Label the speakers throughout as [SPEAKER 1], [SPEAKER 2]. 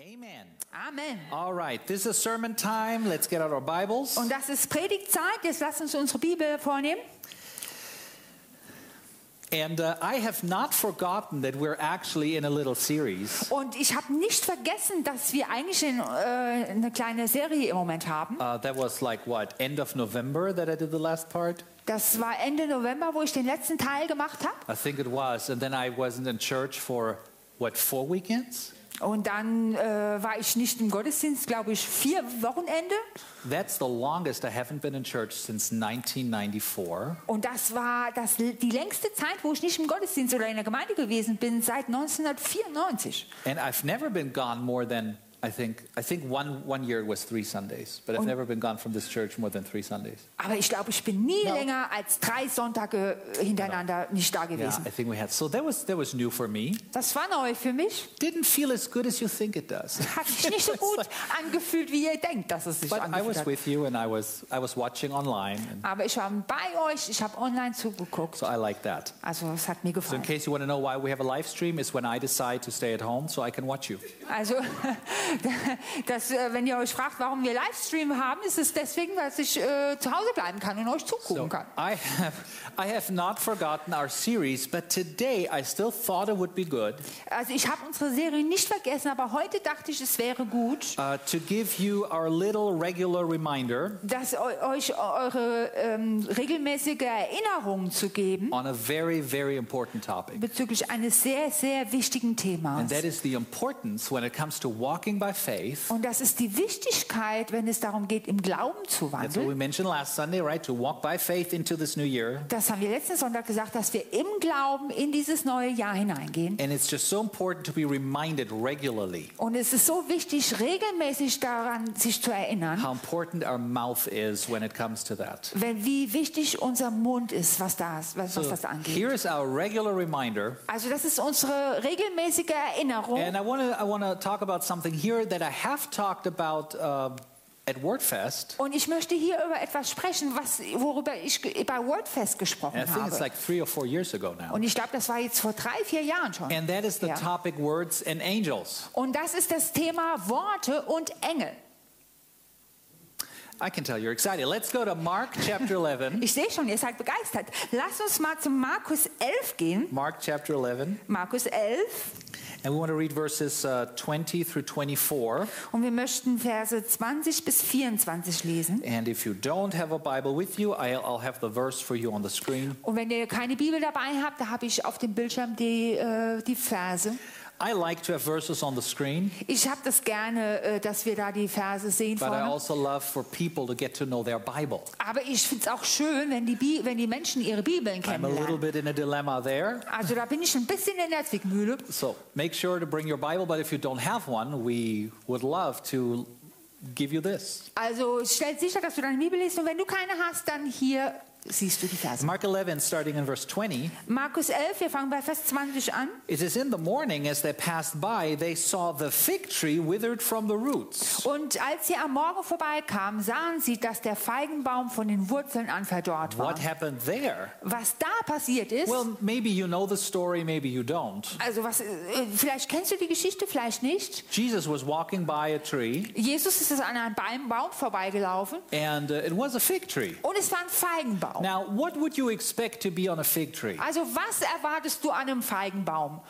[SPEAKER 1] Amen.
[SPEAKER 2] Amen.
[SPEAKER 1] All right, this is sermon time. Let's get out our Bibles.
[SPEAKER 2] Und das ist Predigtzeit. Jetzt lasst uns unsere Bibel vornehmen.
[SPEAKER 1] And uh, I have not forgotten that we're actually in a little series.
[SPEAKER 2] Und ich habe nicht vergessen, dass wir eigentlich in, äh, eine kleine Serie im Moment haben.
[SPEAKER 1] Uh, that was like what, end of November that I did the last part?
[SPEAKER 2] Das war Ende November, wo ich den letzten Teil gemacht habe.
[SPEAKER 1] I think it was. And then I wasn't in church for what, four weekends?
[SPEAKER 2] Und dann äh, war ich nicht im Gottesdienst, glaube ich, vier Wochenende.
[SPEAKER 1] That's the longest I haven't been in church since 1994.
[SPEAKER 2] Und das war das, die längste Zeit, wo ich nicht im Gottesdienst oder in der Gemeinde gewesen bin, seit 1994.
[SPEAKER 1] And I've never been gone more than. I think I think one one year it was three Sundays, but I've never been gone from this church more than three Sundays.
[SPEAKER 2] Aber ich glaube, ich bin nie
[SPEAKER 1] Ja.
[SPEAKER 2] länger als drei Sonntage hintereinander nicht da
[SPEAKER 1] Yeah,
[SPEAKER 2] gewesen.
[SPEAKER 1] I think we had. So that was that was new for me.
[SPEAKER 2] Das war neu für mich.
[SPEAKER 1] Didn't feel as good as you think it does.
[SPEAKER 2] hat sich nicht so gut angefühlt, wie ihr denkt, dass es sich
[SPEAKER 1] But I
[SPEAKER 2] angefühlt
[SPEAKER 1] was
[SPEAKER 2] hat.
[SPEAKER 1] with you, and I was I was watching online, and
[SPEAKER 2] Aber ich war bei euch, ich habe online zugeguckt.
[SPEAKER 1] so I like that.
[SPEAKER 2] Also es hat mir
[SPEAKER 1] So in
[SPEAKER 2] gefallen.
[SPEAKER 1] case you want to know why we have a live stream, is when I decide to stay at home so I can watch you.
[SPEAKER 2] Also, das, äh, wenn ihr euch fragt, warum wir Livestream haben, ist es deswegen, dass ich äh, zu Hause bleiben kann und euch zugucken
[SPEAKER 1] So
[SPEAKER 2] kann.
[SPEAKER 1] I have I have not forgotten our series, but today I still thought it would be good
[SPEAKER 2] Also ich habe unsere Serie nicht vergessen, aber heute dachte ich, es wäre gut,
[SPEAKER 1] uh, to give you our little regular reminder
[SPEAKER 2] dass eu euch eure ähm, regelmäßige Erinnerung zu geben
[SPEAKER 1] on a very very important topic,
[SPEAKER 2] bezüglich eines sehr, sehr wichtigen
[SPEAKER 1] and
[SPEAKER 2] Themas.
[SPEAKER 1] that is the importance when it comes to walking by faith
[SPEAKER 2] Und das ist die Wichtigkeit, wenn es darum geht, im Glauben zu
[SPEAKER 1] That's what
[SPEAKER 2] wandeln.
[SPEAKER 1] we mentioned last Sunday, right? To walk by faith into this new year.
[SPEAKER 2] Das haben wir letzten Sonntag gesagt, dass wir im Glauben in dieses neue Jahr hineingehen.
[SPEAKER 1] And it's just so important to be reminded regularly
[SPEAKER 2] Und es ist so wichtig, regelmäßig daran sich zu erinnern,
[SPEAKER 1] how important our mouth is when it comes to that.
[SPEAKER 2] wenn, wie wichtig unser Mund ist, was das, was, was das angeht.
[SPEAKER 1] Here is our regular reminder.
[SPEAKER 2] Also das ist unsere regelmäßige Erinnerung.
[SPEAKER 1] And I want to I want to talk about something here that I have talked about uh, at WordFest.
[SPEAKER 2] Und ich möchte hier über etwas sprechen, was, worüber ich ge- bei WordFest
[SPEAKER 1] And I
[SPEAKER 2] gesprochen
[SPEAKER 1] think it's
[SPEAKER 2] habe.
[SPEAKER 1] like three or four years ago now.
[SPEAKER 2] Und ich glaube, das war jetzt vor drei, vier Jahren schon.
[SPEAKER 1] And that is the
[SPEAKER 2] Ja.
[SPEAKER 1] topic words and angels.
[SPEAKER 2] Und das ist das Thema Worte und Engel.
[SPEAKER 1] I can tell you're excited. Let's go to Mark chapter 11.
[SPEAKER 2] Ich sehe schon, ihr seid begeistert. Lasst uns mal zu Markus 11 gehen.
[SPEAKER 1] Mark chapter 11.
[SPEAKER 2] Markus 11.
[SPEAKER 1] And we want to read verses uh, 20 through 24.
[SPEAKER 2] Und wir möchten Verse 20 bis 24 lesen.
[SPEAKER 1] And if you don't have a Bible with you, I- I'll have the verse for you on the screen.
[SPEAKER 2] Und wenn ihr keine Bibel dabei habt, da habe ich auf dem Bildschirm die, äh, die Verse.
[SPEAKER 1] I like to have verses on the screen,
[SPEAKER 2] Ich habe das gerne, äh, dass wir da die Verse sehen
[SPEAKER 1] but I
[SPEAKER 2] vorne.
[SPEAKER 1] also love for people to get to know their Bible.
[SPEAKER 2] Aber ich finde es auch schön, wenn die, Bi wenn die Menschen ihre Bibeln
[SPEAKER 1] I'm a little
[SPEAKER 2] kennenlernen.
[SPEAKER 1] bit in a dilemma there.
[SPEAKER 2] Also da bin ich ein bisschen in der Zwickmühle.
[SPEAKER 1] So make sure to bring your Bible, but if you don't have one, we would love to give you this.
[SPEAKER 2] Also stell sicher, dass du deine Bibel liest. Und wenn du keine hast, dann hier siehst du die Verse.
[SPEAKER 1] Mark 11, starting in verse 20,
[SPEAKER 2] Markus 11, wir fangen bei Vers 20 an.
[SPEAKER 1] it is in the morning as they passed by, they saw the fig tree withered from the roots.
[SPEAKER 2] Und als sie am Morgen vorbeikamen, sahen sie, dass der Feigenbaum von den Wurzeln an verdorrt war.
[SPEAKER 1] What happened there?
[SPEAKER 2] Was da passiert ist,
[SPEAKER 1] Well, maybe you know the story, maybe you don't.
[SPEAKER 2] also was, äh, vielleicht kennst du die Geschichte, vielleicht nicht.
[SPEAKER 1] Jesus was walking by a tree.
[SPEAKER 2] Jesus ist an einem Baum- Baum vorbeigelaufen
[SPEAKER 1] And uh, it was a fig tree.
[SPEAKER 2] und es war ein Feigenbaum.
[SPEAKER 1] Now, what would you expect to be on a fig tree?
[SPEAKER 2] Also was erwartest du an einem Feigenbaum?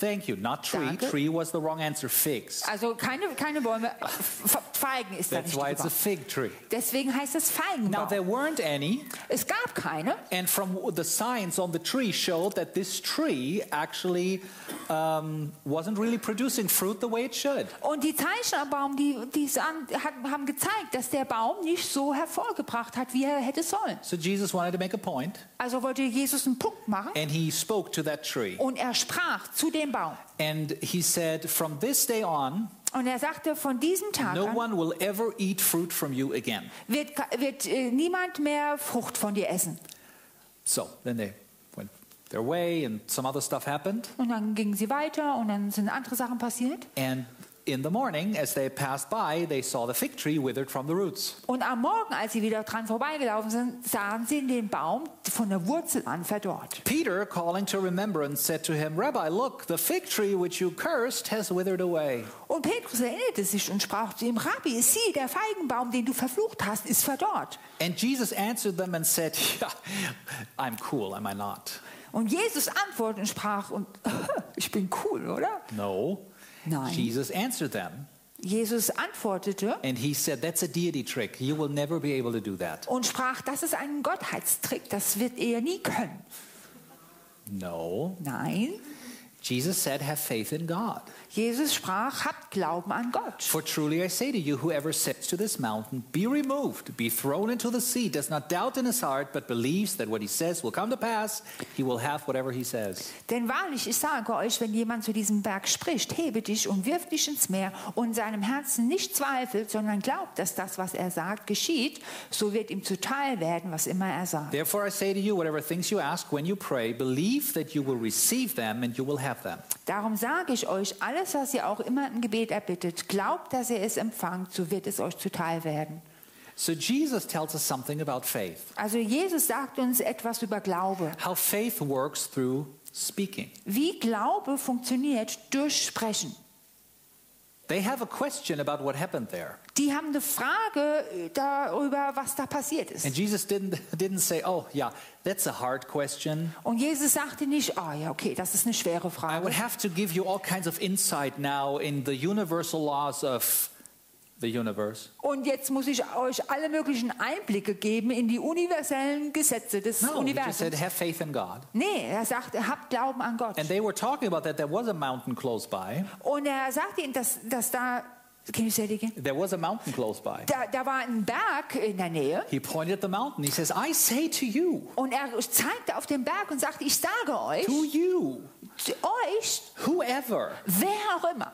[SPEAKER 1] Thank you. Not tree.
[SPEAKER 2] Danke.
[SPEAKER 1] Tree was the wrong answer. Figs.
[SPEAKER 2] Also keine, keine Bäume, F- Feigen ist da
[SPEAKER 1] That's
[SPEAKER 2] nicht
[SPEAKER 1] why it's a
[SPEAKER 2] drüber.
[SPEAKER 1] fig tree.
[SPEAKER 2] Deswegen heißt es
[SPEAKER 1] Now,
[SPEAKER 2] Feigenbaum.
[SPEAKER 1] there weren't any,
[SPEAKER 2] Es gab keine.
[SPEAKER 1] and from the signs on the tree showed that this tree actually um, wasn't really producing fruit the way it should.
[SPEAKER 2] Und die Zeichen am Baum, die, die es an, hat- haben gezeigt, dass der Baum nicht so hervorgebracht hat, wie er hätte sollen.
[SPEAKER 1] So Jesus wanted to make a point,
[SPEAKER 2] Also wollte Jesus einen Punkt machen
[SPEAKER 1] and he spoke to that tree.
[SPEAKER 2] und er sprach zu dem Baum.
[SPEAKER 1] And he said, From this day on,
[SPEAKER 2] Und er sagte, von diesem Tag
[SPEAKER 1] no
[SPEAKER 2] an
[SPEAKER 1] one will ever eat fruit from you again.
[SPEAKER 2] wird, ka- wird äh, niemand mehr Frucht von dir essen.
[SPEAKER 1] So then they went their way, and some other stuff happened.
[SPEAKER 2] Und dann gingen sie weiter und dann sind andere Sachen passiert.
[SPEAKER 1] And in the morning, as they passed by, they saw the fig tree withered from the roots.
[SPEAKER 2] Und am Morgen, als sie wieder dran vorbeigelaufen sind, sahen sie den Baum von der Wurzel an verdorrt.
[SPEAKER 1] Peter, calling to remembrance, said to him, Rabbi, look, the fig tree which you cursed has withered away.
[SPEAKER 2] Und Petrus erinnerte sich und sprach zu ihm, Rabbi, sieh, der Feigenbaum, den du verflucht hast, ist verdorrt.
[SPEAKER 1] And Jesus answered them and said, yeah, I'm cool, am I not?
[SPEAKER 2] Und Jesus antwortete und sprach, und, ich bin cool, oder?
[SPEAKER 1] No.
[SPEAKER 2] Nein.
[SPEAKER 1] Jesus answered them,
[SPEAKER 2] Jesus antwortete
[SPEAKER 1] and he said, That's a deity trick. You will never be able to do that.
[SPEAKER 2] und sprach, das ist ein Gottheitstrick, das wird er nie können.
[SPEAKER 1] No.
[SPEAKER 2] Nein,
[SPEAKER 1] Jesus said, Have faith in God.
[SPEAKER 2] Jesus sprach, habt Glauben an Gott.
[SPEAKER 1] For truly I say to you, whoever says to this mountain, Be removed, be thrown into the sea, does not doubt in his heart, but believes that what he says will come to pass, he will have whatever he says.
[SPEAKER 2] Denn wahrlich, ich sage euch, wenn jemand zu diesem Berg spricht, hebe dich und wirf dich ins Meer und seinem Herzen nicht zweifelt, sondern glaubt, dass das, was er sagt, geschieht, so wird ihm zuteil werden, was immer er sagt.
[SPEAKER 1] Therefore I say to you, whatever things you ask when you pray, believe that you will receive them and you will have them.
[SPEAKER 2] Darum sage ich euch, alles, was ihr auch immer im Gebet erbittet, glaubt, dass ihr es empfangt, so wird es euch zuteil werden.
[SPEAKER 1] So Jesus tells us something about faith,
[SPEAKER 2] Also Jesus sagt uns etwas über Glaube.
[SPEAKER 1] how faith works through speaking.
[SPEAKER 2] Wie Glaube funktioniert durch Sprechen.
[SPEAKER 1] They have a question about what happened there.
[SPEAKER 2] Die haben eine Frage darüber, was da passiert ist.
[SPEAKER 1] And Jesus didn't, didn't say, Oh, yeah, that's a hard question.
[SPEAKER 2] Und Jesus sagte nicht, ah ja, okay, das ist eine schwere
[SPEAKER 1] I would
[SPEAKER 2] Frage.
[SPEAKER 1] have to give you all kinds of insight now in the universal laws of the universe.
[SPEAKER 2] Und jetzt muss ich euch alle möglichen Einblicke geben in die universellen Gesetze des
[SPEAKER 1] No, he just said,
[SPEAKER 2] Universums.
[SPEAKER 1] Have faith in God.
[SPEAKER 2] Nee, er sagt, habt Glauben an Gott.
[SPEAKER 1] And they were talking about that. There was a mountain close by.
[SPEAKER 2] Und er sagte ihnen, dass, dass da, can you say it again?
[SPEAKER 1] There was a mountain close by.
[SPEAKER 2] Da, da war ein Berg in der Nähe
[SPEAKER 1] He pointed at the mountain. He says, I say to you,
[SPEAKER 2] und er zeigte auf den Berg und sagte, ich sage euch,
[SPEAKER 1] to you,
[SPEAKER 2] zu euch,
[SPEAKER 1] whoever,
[SPEAKER 2] wer auch immer,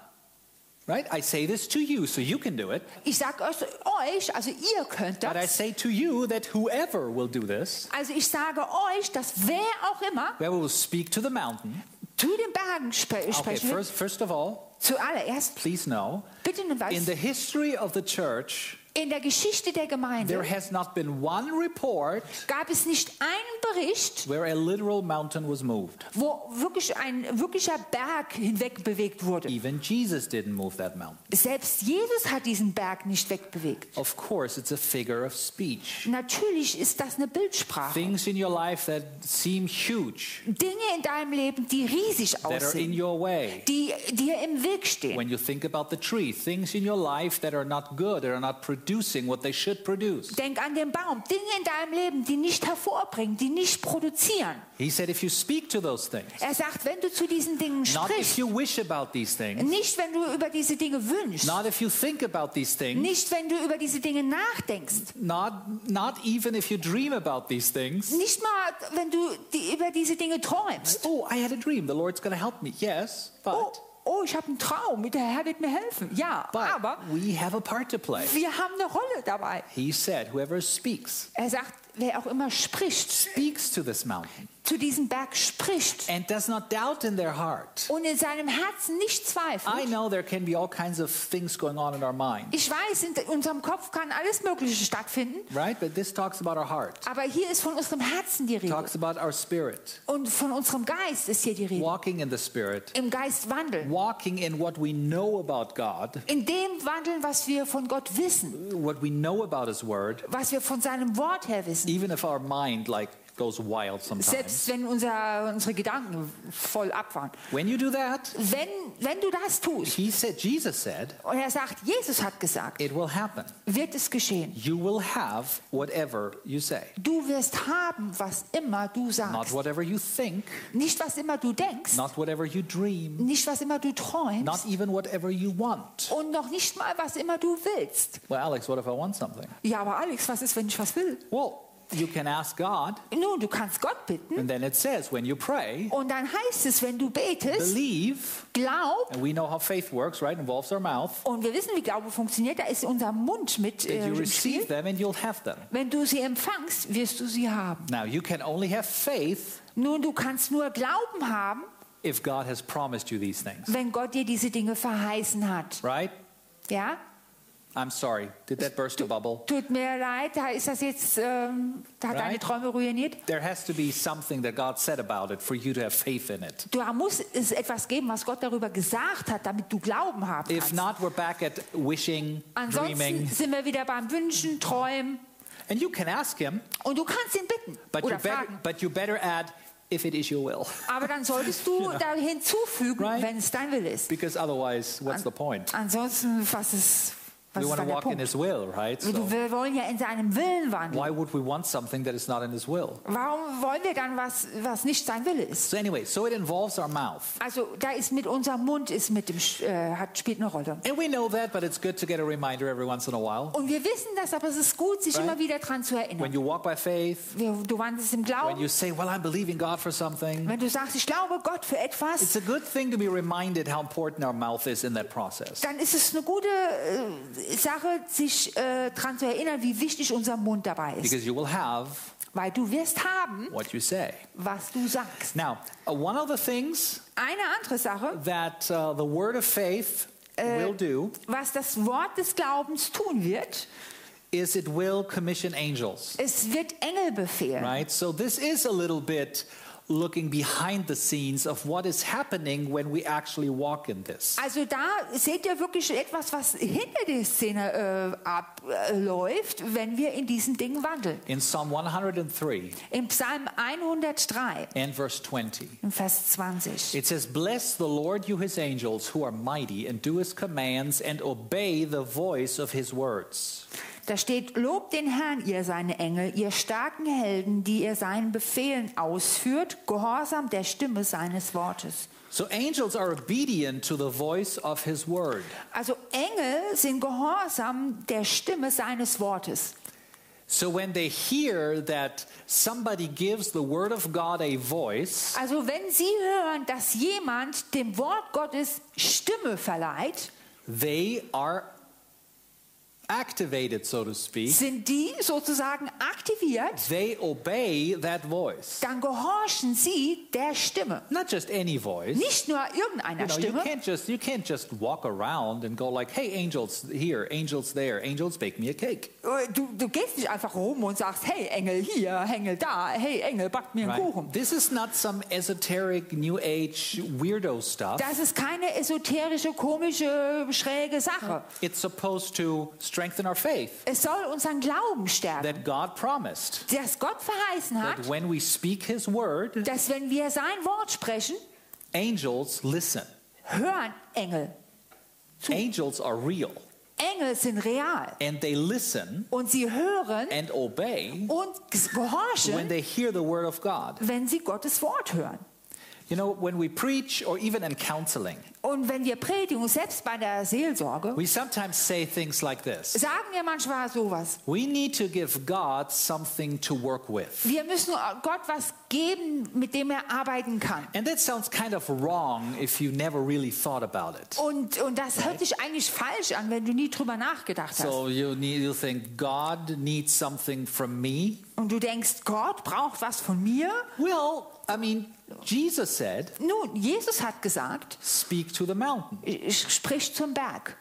[SPEAKER 1] right? I say this to you, so you can do it.
[SPEAKER 2] ich sage euch, euch, also ihr könnt
[SPEAKER 1] But I
[SPEAKER 2] das,
[SPEAKER 1] say to you that whoever will do this,
[SPEAKER 2] also ich sage euch, dass wer auch immer
[SPEAKER 1] whoever will speak to the mountain.
[SPEAKER 2] zu den Bergen spre
[SPEAKER 1] Okay,
[SPEAKER 2] sprechen wird,
[SPEAKER 1] first, first of all,
[SPEAKER 2] zuallererst
[SPEAKER 1] please know,
[SPEAKER 2] Bitte nun
[SPEAKER 1] in
[SPEAKER 2] was.
[SPEAKER 1] the history of the church,
[SPEAKER 2] In der Geschichte der
[SPEAKER 1] There
[SPEAKER 2] Gemeinde
[SPEAKER 1] has not been one report
[SPEAKER 2] gab es nicht einen Bericht,
[SPEAKER 1] where a literal mountain was moved.
[SPEAKER 2] wo wirklich ein wirklicher Berg hinweg bewegt wurde.
[SPEAKER 1] Even Jesus didn't move that mountain.
[SPEAKER 2] Selbst Jesus hat diesen Berg nicht wegbewegt.
[SPEAKER 1] Of course, it's a figure of speech.
[SPEAKER 2] Natürlich ist das eine Bildsprache.
[SPEAKER 1] Things in your life that seem huge,
[SPEAKER 2] Dinge in deinem Leben, die riesig
[SPEAKER 1] that are in
[SPEAKER 2] aussehen,
[SPEAKER 1] your way.
[SPEAKER 2] die dir im Weg stehen.
[SPEAKER 1] When you think about the tree, things in your life that are not good, that are not producing what they should produce.
[SPEAKER 2] Denk an den Baum, Dinge in deinem Leben, die nicht hervorbringen, die nicht produzieren.
[SPEAKER 1] He said, if you speak to those things,
[SPEAKER 2] Er sagt, wenn du zu diesen Dingen
[SPEAKER 1] not if
[SPEAKER 2] sprichst,
[SPEAKER 1] you wish about these things,
[SPEAKER 2] nicht wenn du über diese Dinge wünschst,
[SPEAKER 1] not if you think about these things,
[SPEAKER 2] nicht wenn du über diese Dinge nachdenkst,
[SPEAKER 1] not, not even if you dream about these things.
[SPEAKER 2] Nicht mal, wenn du die, über diese Dinge träumst.
[SPEAKER 1] Oh, I had a dream. The Lord's going to help me. Yes, but.
[SPEAKER 2] Oh, oh ich habe einen Traum, der Herr wird mir helfen. Ja,
[SPEAKER 1] But
[SPEAKER 2] aber
[SPEAKER 1] we have a part to play.
[SPEAKER 2] wir haben eine Rolle dabei.
[SPEAKER 1] He said, Whoever speaks,
[SPEAKER 2] Er sagt, wer auch immer spricht,
[SPEAKER 1] speaks to this mountain
[SPEAKER 2] zu diesem Berg spricht
[SPEAKER 1] and does not doubt in their heart.
[SPEAKER 2] und in seinem Herzen nicht
[SPEAKER 1] I
[SPEAKER 2] zweifelt.
[SPEAKER 1] know there can be all kinds of things going on in our mind,
[SPEAKER 2] Ich weiß, in unserem Kopf kann alles Mögliche stattfinden,
[SPEAKER 1] right? But this talks about our heart,
[SPEAKER 2] aber hier ist von unserem Herzen die Rede.
[SPEAKER 1] talks about our spirit,
[SPEAKER 2] Und von unserem Geist ist hier die Rede.
[SPEAKER 1] walking in the spirit,
[SPEAKER 2] Im Geist wandeln.
[SPEAKER 1] walking in what we know about God,
[SPEAKER 2] In dem wandeln, was wir von Gott wissen,
[SPEAKER 1] what we know about His word,
[SPEAKER 2] was wir von seinem Wort her wissen.
[SPEAKER 1] even if our mind like goes wild sometimes.
[SPEAKER 2] Selbst wenn unser, unsere Gedanken voll abfahren.
[SPEAKER 1] When you do that,
[SPEAKER 2] Wenn, wenn du das tust,
[SPEAKER 1] he said, Jesus said,
[SPEAKER 2] und er sagt, Jesus hat gesagt,
[SPEAKER 1] it will happen.
[SPEAKER 2] wird es geschehen.
[SPEAKER 1] You will have whatever you say.
[SPEAKER 2] Du wirst haben, was immer du
[SPEAKER 1] Not
[SPEAKER 2] sagst.
[SPEAKER 1] whatever you think,
[SPEAKER 2] Nicht, was immer du denkst,
[SPEAKER 1] not whatever you dream,
[SPEAKER 2] nicht, was immer du
[SPEAKER 1] not
[SPEAKER 2] träumst
[SPEAKER 1] even whatever you want.
[SPEAKER 2] und noch nicht mal, was immer du willst.
[SPEAKER 1] Well, Alex, what if I want something?
[SPEAKER 2] Ja, aber Alex, was ist, wenn ich was will?
[SPEAKER 1] Well, you can ask God,
[SPEAKER 2] Nun, du kannst Gott bitten
[SPEAKER 1] and then it says when you pray,
[SPEAKER 2] und dann heißt es, wenn du betest,
[SPEAKER 1] believe,
[SPEAKER 2] glaub,
[SPEAKER 1] and we know how faith works, right? Involves our mouth,
[SPEAKER 2] und wir wissen, wie Glaube funktioniert, da ist unser Mund mit
[SPEAKER 1] that
[SPEAKER 2] äh,
[SPEAKER 1] you
[SPEAKER 2] im
[SPEAKER 1] receive
[SPEAKER 2] Spiel.
[SPEAKER 1] them and you'll have them.
[SPEAKER 2] Wenn du sie empfangst, wirst du sie haben.
[SPEAKER 1] Now, you can only have faith
[SPEAKER 2] Nun, du kannst nur Glauben haben,
[SPEAKER 1] if God has promised you these things,
[SPEAKER 2] wenn Gott dir diese Dinge verheißen hat.
[SPEAKER 1] right?
[SPEAKER 2] Ja?
[SPEAKER 1] I'm sorry. Did that burst a bubble?
[SPEAKER 2] Tut mir leid, da ist das jetzt, ähm, da hat deine
[SPEAKER 1] Right.
[SPEAKER 2] Träume ruiniert.
[SPEAKER 1] There has to be something that God said about it for you to have faith in it.
[SPEAKER 2] Da muss es etwas geben, was Gott darüber gesagt hat, damit du Glauben haben
[SPEAKER 1] If
[SPEAKER 2] kannst.
[SPEAKER 1] not, we're back at wishing,
[SPEAKER 2] Ansonsten
[SPEAKER 1] dreaming.
[SPEAKER 2] sind wir wieder beim Wünschen, Träumen.
[SPEAKER 1] And you can ask Him,
[SPEAKER 2] Und du kannst ihn bitten
[SPEAKER 1] but you,
[SPEAKER 2] oder
[SPEAKER 1] better,
[SPEAKER 2] fragen.
[SPEAKER 1] but you better add, if it is your will.
[SPEAKER 2] Aber dann solltest du da hinzufügen,
[SPEAKER 1] Genau. Right.
[SPEAKER 2] wenn es dein Wille ist.
[SPEAKER 1] Because otherwise, what's the point?
[SPEAKER 2] Ansonsten, was ist, was
[SPEAKER 1] We
[SPEAKER 2] ist
[SPEAKER 1] want to
[SPEAKER 2] dann der
[SPEAKER 1] walk in
[SPEAKER 2] Punkt? Also
[SPEAKER 1] His will, right?
[SPEAKER 2] Du-
[SPEAKER 1] So
[SPEAKER 2] Wir wollen ja in seinem Willen wandeln.
[SPEAKER 1] why would we want something that is not in His will?
[SPEAKER 2] Warum wollen wir dann was, was nicht sein Wille ist?
[SPEAKER 1] So anyway, so it involves our mouth.
[SPEAKER 2] Also da ist mit unserem Mund ist mit dem Sch- äh, hat spielt eine Rolle.
[SPEAKER 1] And we know that, but it's good to get a reminder every once in a while.
[SPEAKER 2] Und wir wissen das, aber es ist gut, sich
[SPEAKER 1] Right.
[SPEAKER 2] immer wieder dran zu erinnern.
[SPEAKER 1] When you walk by faith,
[SPEAKER 2] Wir, du wandelst im
[SPEAKER 1] when
[SPEAKER 2] Glauben.
[SPEAKER 1] you say, well, I'm believing God for something,
[SPEAKER 2] Wenn du sagst, ich glaube Gott für etwas,
[SPEAKER 1] it's a good thing to be reminded how important our mouth is in that process.
[SPEAKER 2] dann ist es eine gute äh, Sache, sich äh, daran zu erinnern, wie wichtig unser Mund dabei ist.
[SPEAKER 1] Because you will have
[SPEAKER 2] Weil du wirst haben,
[SPEAKER 1] what you say.
[SPEAKER 2] was du sagst.
[SPEAKER 1] Now, uh, one of the things
[SPEAKER 2] Eine andere Sache,
[SPEAKER 1] that uh, the word of faith will do
[SPEAKER 2] was das Wort des Glaubens tun wird,
[SPEAKER 1] is it will commission angels,
[SPEAKER 2] es wird Engel befehlen.
[SPEAKER 1] right? So this is a little bit looking behind the scenes of what is happening when we actually walk in this.
[SPEAKER 2] Also da seht ihr wirklich etwas, was hinter der Szene äh, abläuft, wenn wir in diesen Dingen wandeln.
[SPEAKER 1] In Psalm 103
[SPEAKER 2] Im Psalm 103,
[SPEAKER 1] and verse 20,
[SPEAKER 2] im Vers 20.
[SPEAKER 1] it says, Bless the Lord, you his angels, who are mighty, and do his commands, and obey the voice of his words.
[SPEAKER 2] Da steht, Lobt den Herrn, ihr seine Engel, ihr starken Helden, die ihr seinen Befehlen ausführt, gehorsam der Stimme seines Wortes.
[SPEAKER 1] So angels are obedient to the voice of his word.
[SPEAKER 2] Also Engel sind gehorsam der Stimme seines Wortes.
[SPEAKER 1] So when they hear that somebody gives the word of God a voice,
[SPEAKER 2] Also wenn sie hören, dass jemand dem Wort Gottes Stimme verleiht,
[SPEAKER 1] they are activated, so to speak.
[SPEAKER 2] sind die sozusagen aktiviert,
[SPEAKER 1] They obey that voice.
[SPEAKER 2] dann gehorchen sie der Stimme.
[SPEAKER 1] Not just any voice.
[SPEAKER 2] Nicht nur irgendeiner
[SPEAKER 1] Genau, You know, you
[SPEAKER 2] Stimme.
[SPEAKER 1] can't just you can't just walk around and go like, "Hey, angels here, angels there, angels bake me a cake."
[SPEAKER 2] Oh, Du, du gehst nicht einfach rum und sagst, hey Engel hier, Engel da, hey Engel, back mir einen Kuchen.
[SPEAKER 1] Right? This is not some esoteric New Age weirdo stuff.
[SPEAKER 2] Das ist keine esoterische, komische, schräge Sache.
[SPEAKER 1] It's supposed to strengthen our faith
[SPEAKER 2] Es soll unseren Glauben stärken,
[SPEAKER 1] that God promised.
[SPEAKER 2] dass Gott verheißen
[SPEAKER 1] that
[SPEAKER 2] hat,
[SPEAKER 1] when we speak his word,
[SPEAKER 2] dass wenn wir sein Wort sprechen,
[SPEAKER 1] angels listen.
[SPEAKER 2] hören Engel.
[SPEAKER 1] Angels are real
[SPEAKER 2] Engel sind real
[SPEAKER 1] and they listen
[SPEAKER 2] und sie hören
[SPEAKER 1] and obey
[SPEAKER 2] und
[SPEAKER 1] when
[SPEAKER 2] gehorchen,
[SPEAKER 1] they hear the word of God.
[SPEAKER 2] wenn sie Gottes Wort hören.
[SPEAKER 1] You know, when we preach or even in counseling,
[SPEAKER 2] Und wenn wir predigen, selbst bei der Seelsorge,
[SPEAKER 1] we sometimes say things like this
[SPEAKER 2] sagen wir manchmal sowas.
[SPEAKER 1] We need to give God something to work with.
[SPEAKER 2] Wir müssen Gott was geben, mit dem er arbeiten kann.
[SPEAKER 1] And that sounds kind of wrong if you never really thought about it.
[SPEAKER 2] Und, und das hört sich eigentlich falsch an, wenn du nie drüber nachgedacht hast.
[SPEAKER 1] So you need to think God needs something from me.
[SPEAKER 2] Und du denkst, Gott braucht was von mir?
[SPEAKER 1] Well, I mean, Jesus said,
[SPEAKER 2] Nun, Jesus hat gesagt,
[SPEAKER 1] "Speak to the mountain."
[SPEAKER 2] ich sprich zum Berg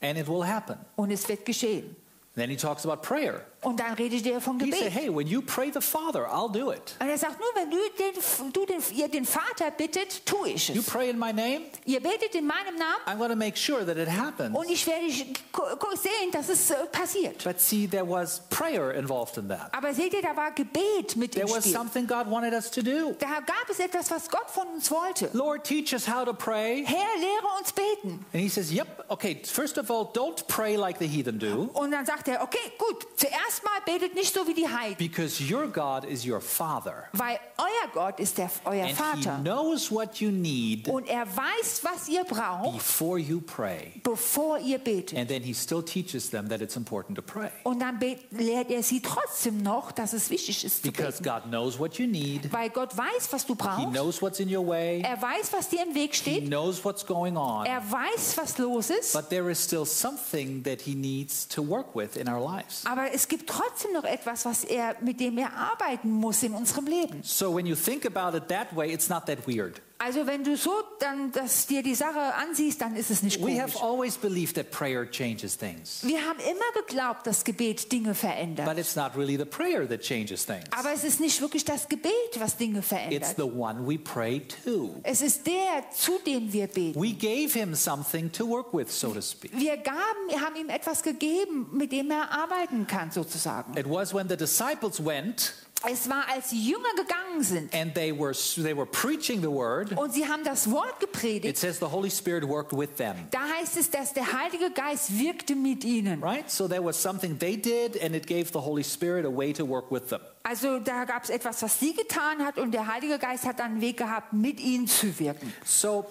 [SPEAKER 1] and it will happen.
[SPEAKER 2] und es wird geschehen.
[SPEAKER 1] Then he talks about prayer.
[SPEAKER 2] Und dann redet er vom
[SPEAKER 1] He said,
[SPEAKER 2] Gebet.
[SPEAKER 1] "Hey, when you pray the Father, I'll do it.
[SPEAKER 2] Und er sagt, nur wenn du, den, du den, ihr den Vater bittet, tue ich
[SPEAKER 1] You
[SPEAKER 2] es.
[SPEAKER 1] pray in my name,
[SPEAKER 2] Ihr betet in meinem Namen
[SPEAKER 1] I'm going to make sure that it happens."
[SPEAKER 2] und ich werde gu- gu- sehen, dass es äh, passiert.
[SPEAKER 1] But see, there was prayer involved in that.
[SPEAKER 2] Aber seht ihr, da war Gebet mit
[SPEAKER 1] There
[SPEAKER 2] im
[SPEAKER 1] was
[SPEAKER 2] Spiel.
[SPEAKER 1] something God wanted us to do.
[SPEAKER 2] Da gab es etwas, was Gott von uns wollte.
[SPEAKER 1] Lord, teach us how to pray.
[SPEAKER 2] Herr, lehre uns beten.
[SPEAKER 1] And he says, "Yep, okay. First of all, don't pray like the heathen do,
[SPEAKER 2] Und dann sagt er, okay, gut, zuerst mal betet nicht so wie die Heiden,
[SPEAKER 1] because your God is your Father,
[SPEAKER 2] weil euer Gott ist der, euer
[SPEAKER 1] and He
[SPEAKER 2] Vater.
[SPEAKER 1] knows what you need
[SPEAKER 2] Und er weiß, was ihr braucht,
[SPEAKER 1] before you pray."
[SPEAKER 2] bevor ihr betet.
[SPEAKER 1] And then he still teaches them that it's important to pray
[SPEAKER 2] Und dann be- lehrt er sie trotzdem noch, dass es wichtig ist zu
[SPEAKER 1] because
[SPEAKER 2] beten.
[SPEAKER 1] God knows what you need.
[SPEAKER 2] Weil Gott weiß, was du
[SPEAKER 1] He
[SPEAKER 2] brauchst.
[SPEAKER 1] knows what's in your way.
[SPEAKER 2] Er weiß, was dir im Weg
[SPEAKER 1] He
[SPEAKER 2] steht.
[SPEAKER 1] knows what's going on.
[SPEAKER 2] Er weiß, was los ist.
[SPEAKER 1] But there is still something that he needs to work with in our lives.
[SPEAKER 2] Aber es gibt trotzdem noch etwas, was er, mit dem er arbeiten muss in unserem Leben.
[SPEAKER 1] So when you think about it that way, it's not that weird.
[SPEAKER 2] Also wenn du so dann dass dir die Sache ansiehst, dann ist es nicht
[SPEAKER 1] We have
[SPEAKER 2] komisch.
[SPEAKER 1] always believed that prayer changes things,
[SPEAKER 2] Wir haben immer geglaubt, dass Gebet Dinge verändert.
[SPEAKER 1] but it's not really the prayer that changes things.
[SPEAKER 2] Aber es ist nicht wirklich das Gebet, was Dinge
[SPEAKER 1] It's
[SPEAKER 2] verändert.
[SPEAKER 1] the one we pray to.
[SPEAKER 2] Es ist der, zu dem wir beten.
[SPEAKER 1] We gave him something to work with, so to speak.
[SPEAKER 2] Wir gaben, haben ihm etwas gegeben, mit dem er arbeiten kann, sozusagen.
[SPEAKER 1] It was when the disciples went
[SPEAKER 2] Es war, als die Jünger gegangen sind
[SPEAKER 1] and they were they were preaching the word.
[SPEAKER 2] und sie haben das Wort
[SPEAKER 1] It
[SPEAKER 2] gepredigt,
[SPEAKER 1] says the Holy Spirit worked with them,
[SPEAKER 2] da heißt es, dass der Heilige Geist wirkte mit ihnen.
[SPEAKER 1] right? So there was something they did, and it gave the Holy Spirit a way to work with them.
[SPEAKER 2] Also da gab es etwas, was sie getan hat und der Heilige Geist hat dann einen Weg gehabt, mit ihnen zu wirken.
[SPEAKER 1] So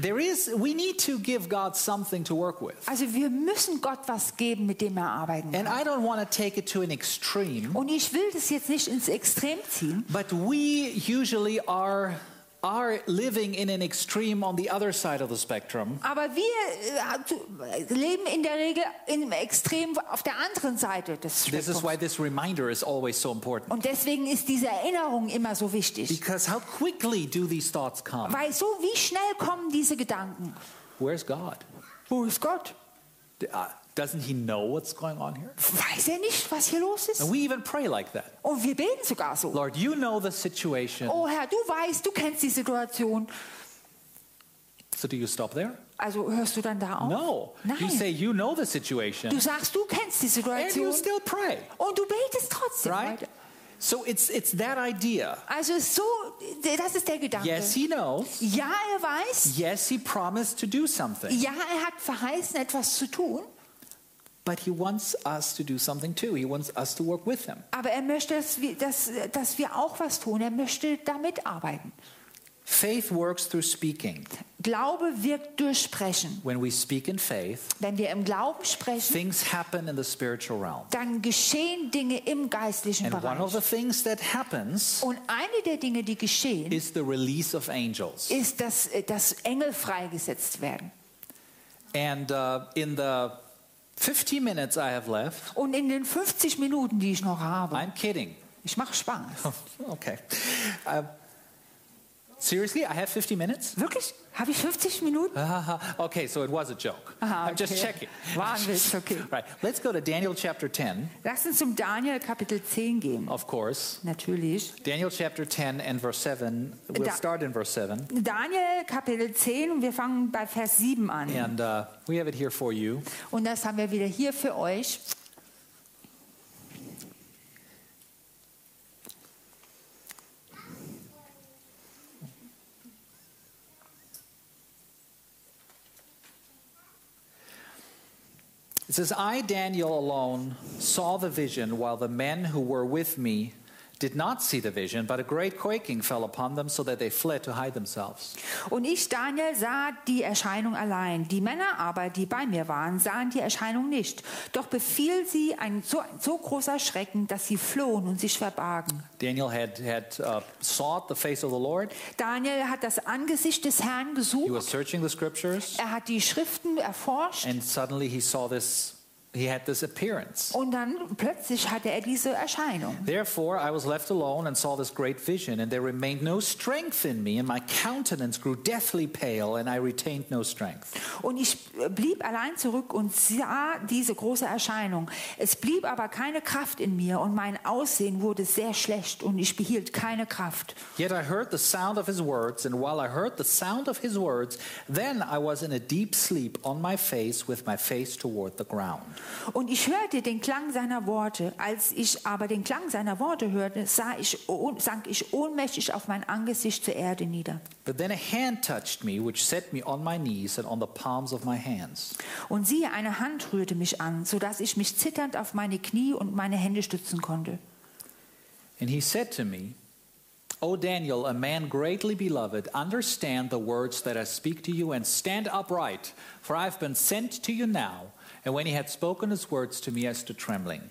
[SPEAKER 1] there is we need to give God something to work with,
[SPEAKER 2] Also wir müssen Gott was geben, mit dem er arbeiten
[SPEAKER 1] and
[SPEAKER 2] kann.
[SPEAKER 1] I don't want to take it to an extreme,
[SPEAKER 2] Und ich will das jetzt nicht ins Extrem ziehen,
[SPEAKER 1] but we usually are are living in an extreme on the other side of the spectrum.
[SPEAKER 2] aber wir äh, leben in der Regel im Extrem auf der anderen Seite des
[SPEAKER 1] This is
[SPEAKER 2] Spektrums.
[SPEAKER 1] why this reminder is always so important.
[SPEAKER 2] Und deswegen ist diese Erinnerung immer so wichtig.
[SPEAKER 1] Because how quickly do these thoughts come?
[SPEAKER 2] Weil so wie schnell kommen diese Gedanken?
[SPEAKER 1] Where's God?
[SPEAKER 2] Wo ist Gott?
[SPEAKER 1] D- uh, Doesn't he know what's going on here?
[SPEAKER 2] Weiß er nicht, was hier los ist?
[SPEAKER 1] And we even pray like that.
[SPEAKER 2] Und wir beten sogar so.
[SPEAKER 1] Lord, you know the situation.
[SPEAKER 2] Oh Herr, du weißt, du kennst die Situation.
[SPEAKER 1] So do you stop there?
[SPEAKER 2] Also hörst du dann da auf?
[SPEAKER 1] No. You
[SPEAKER 2] Nein.
[SPEAKER 1] say you know the
[SPEAKER 2] Du
[SPEAKER 1] situation
[SPEAKER 2] sagst, du kennst die
[SPEAKER 1] and you
[SPEAKER 2] Situation
[SPEAKER 1] still pray,
[SPEAKER 2] und du betest trotzdem
[SPEAKER 1] right?
[SPEAKER 2] weiter.
[SPEAKER 1] So it's it's that idea.
[SPEAKER 2] Also es ist so, das ist der Gedanke.
[SPEAKER 1] Yes, he knows.
[SPEAKER 2] Ja, er weiß.
[SPEAKER 1] Yes, he promised to do something.
[SPEAKER 2] Ja, er hat verheißen, etwas zu tun.
[SPEAKER 1] But he wants us to do something too. He wants us to work with him.
[SPEAKER 2] Aber er möchte, dass wir, dass, dass wir auch was tun. Er möchte damit arbeiten.
[SPEAKER 1] Faith works through speaking.
[SPEAKER 2] Glaube wirkt durch Sprechen.
[SPEAKER 1] When we speak in faith,
[SPEAKER 2] Wenn wir im Glauben sprechen,
[SPEAKER 1] things happen in the spiritual realm.
[SPEAKER 2] dann geschehen Dinge im geistlichen
[SPEAKER 1] And one of
[SPEAKER 2] Bereich.
[SPEAKER 1] the things that happens
[SPEAKER 2] Und eine der Dinge, die geschehen,
[SPEAKER 1] is the release of angels.
[SPEAKER 2] ist, dass, äh, dass Engel freigesetzt werden.
[SPEAKER 1] And uh, in the 50 minutes I have left,
[SPEAKER 2] Und in den 50 Minuten, die ich noch habe,
[SPEAKER 1] I'm kidding.
[SPEAKER 2] ich mache
[SPEAKER 1] Oh.
[SPEAKER 2] Spaß.
[SPEAKER 1] okay. Uh, seriously, I have 50 minutes?
[SPEAKER 2] Wirklich? Habe ich 50 Minuten?
[SPEAKER 1] okay, so it was a joke.
[SPEAKER 2] Aha,
[SPEAKER 1] I'm just
[SPEAKER 2] Uh-huh, okay.
[SPEAKER 1] checking.
[SPEAKER 2] War ein Witz, okay.
[SPEAKER 1] Right. Let's go to Daniel chapter 10,
[SPEAKER 2] Lass uns zum Daniel Kapitel 10 gehen.
[SPEAKER 1] of course.
[SPEAKER 2] Natürlich.
[SPEAKER 1] Daniel chapter 10 and verse 7. We'll
[SPEAKER 2] Da-
[SPEAKER 1] start in verse 7.
[SPEAKER 2] Daniel Kapitel 10 und wir fangen bei Vers 7 an.
[SPEAKER 1] And uh, we have it here for you.
[SPEAKER 2] Und das haben wir wieder hier für euch.
[SPEAKER 1] It says, I, Daniel, alone saw the vision, while the men who were with me did not see the vision, but a great quaking fell upon them, so that they fled to hide themselves.
[SPEAKER 2] Und ich, Daniel, sah die Erscheinung allein. Die Männer aber, die bei mir waren, sahen die Erscheinung nicht. Doch befiel sie ein so, so großer Schrecken, dass sie flohen und sich verbargen.
[SPEAKER 1] Daniel had, had uh, sought the face of the Lord.
[SPEAKER 2] Daniel hat das Angesicht des Herrn
[SPEAKER 1] He
[SPEAKER 2] gesucht.
[SPEAKER 1] was searching the scriptures,
[SPEAKER 2] Er hat die Schriften erforscht.
[SPEAKER 1] and suddenly he saw this, he had this appearance.
[SPEAKER 2] Und dann plötzlich hatte er diese Erscheinung.
[SPEAKER 1] Therefore, I was left alone and saw this great vision, and there remained no strength in me, and my countenance grew deathly pale, and I retained no strength.
[SPEAKER 2] Und ich blieb allein zurück und sah diese große Erscheinung. Es blieb aber keine Kraft in mir und mein Aussehen wurde sehr schlecht und ich behielt keine Kraft.
[SPEAKER 1] Yet I heard the sound of his words, and while I heard the sound of his words, then I was in a deep sleep on my face with my face toward the ground.
[SPEAKER 2] Und ich hörte den Klang seiner Worte. Als ich aber den Klang seiner Worte hörte, sah ich, oh- sank ich ohnmächtig auf mein Angesicht zur Erde nieder.
[SPEAKER 1] But then a hand touched me, which set me on my knees and on the palms of my hands.
[SPEAKER 2] Und siehe, eine Hand rührte mich an, sodass ich mich zitternd auf meine Knie und meine Hände stützen konnte.
[SPEAKER 1] And he said to me, O Daniel, a man greatly beloved, understand the words that I speak to you and stand upright, for I have been sent to you now. And when he had spoken his words to me, I stood trembling.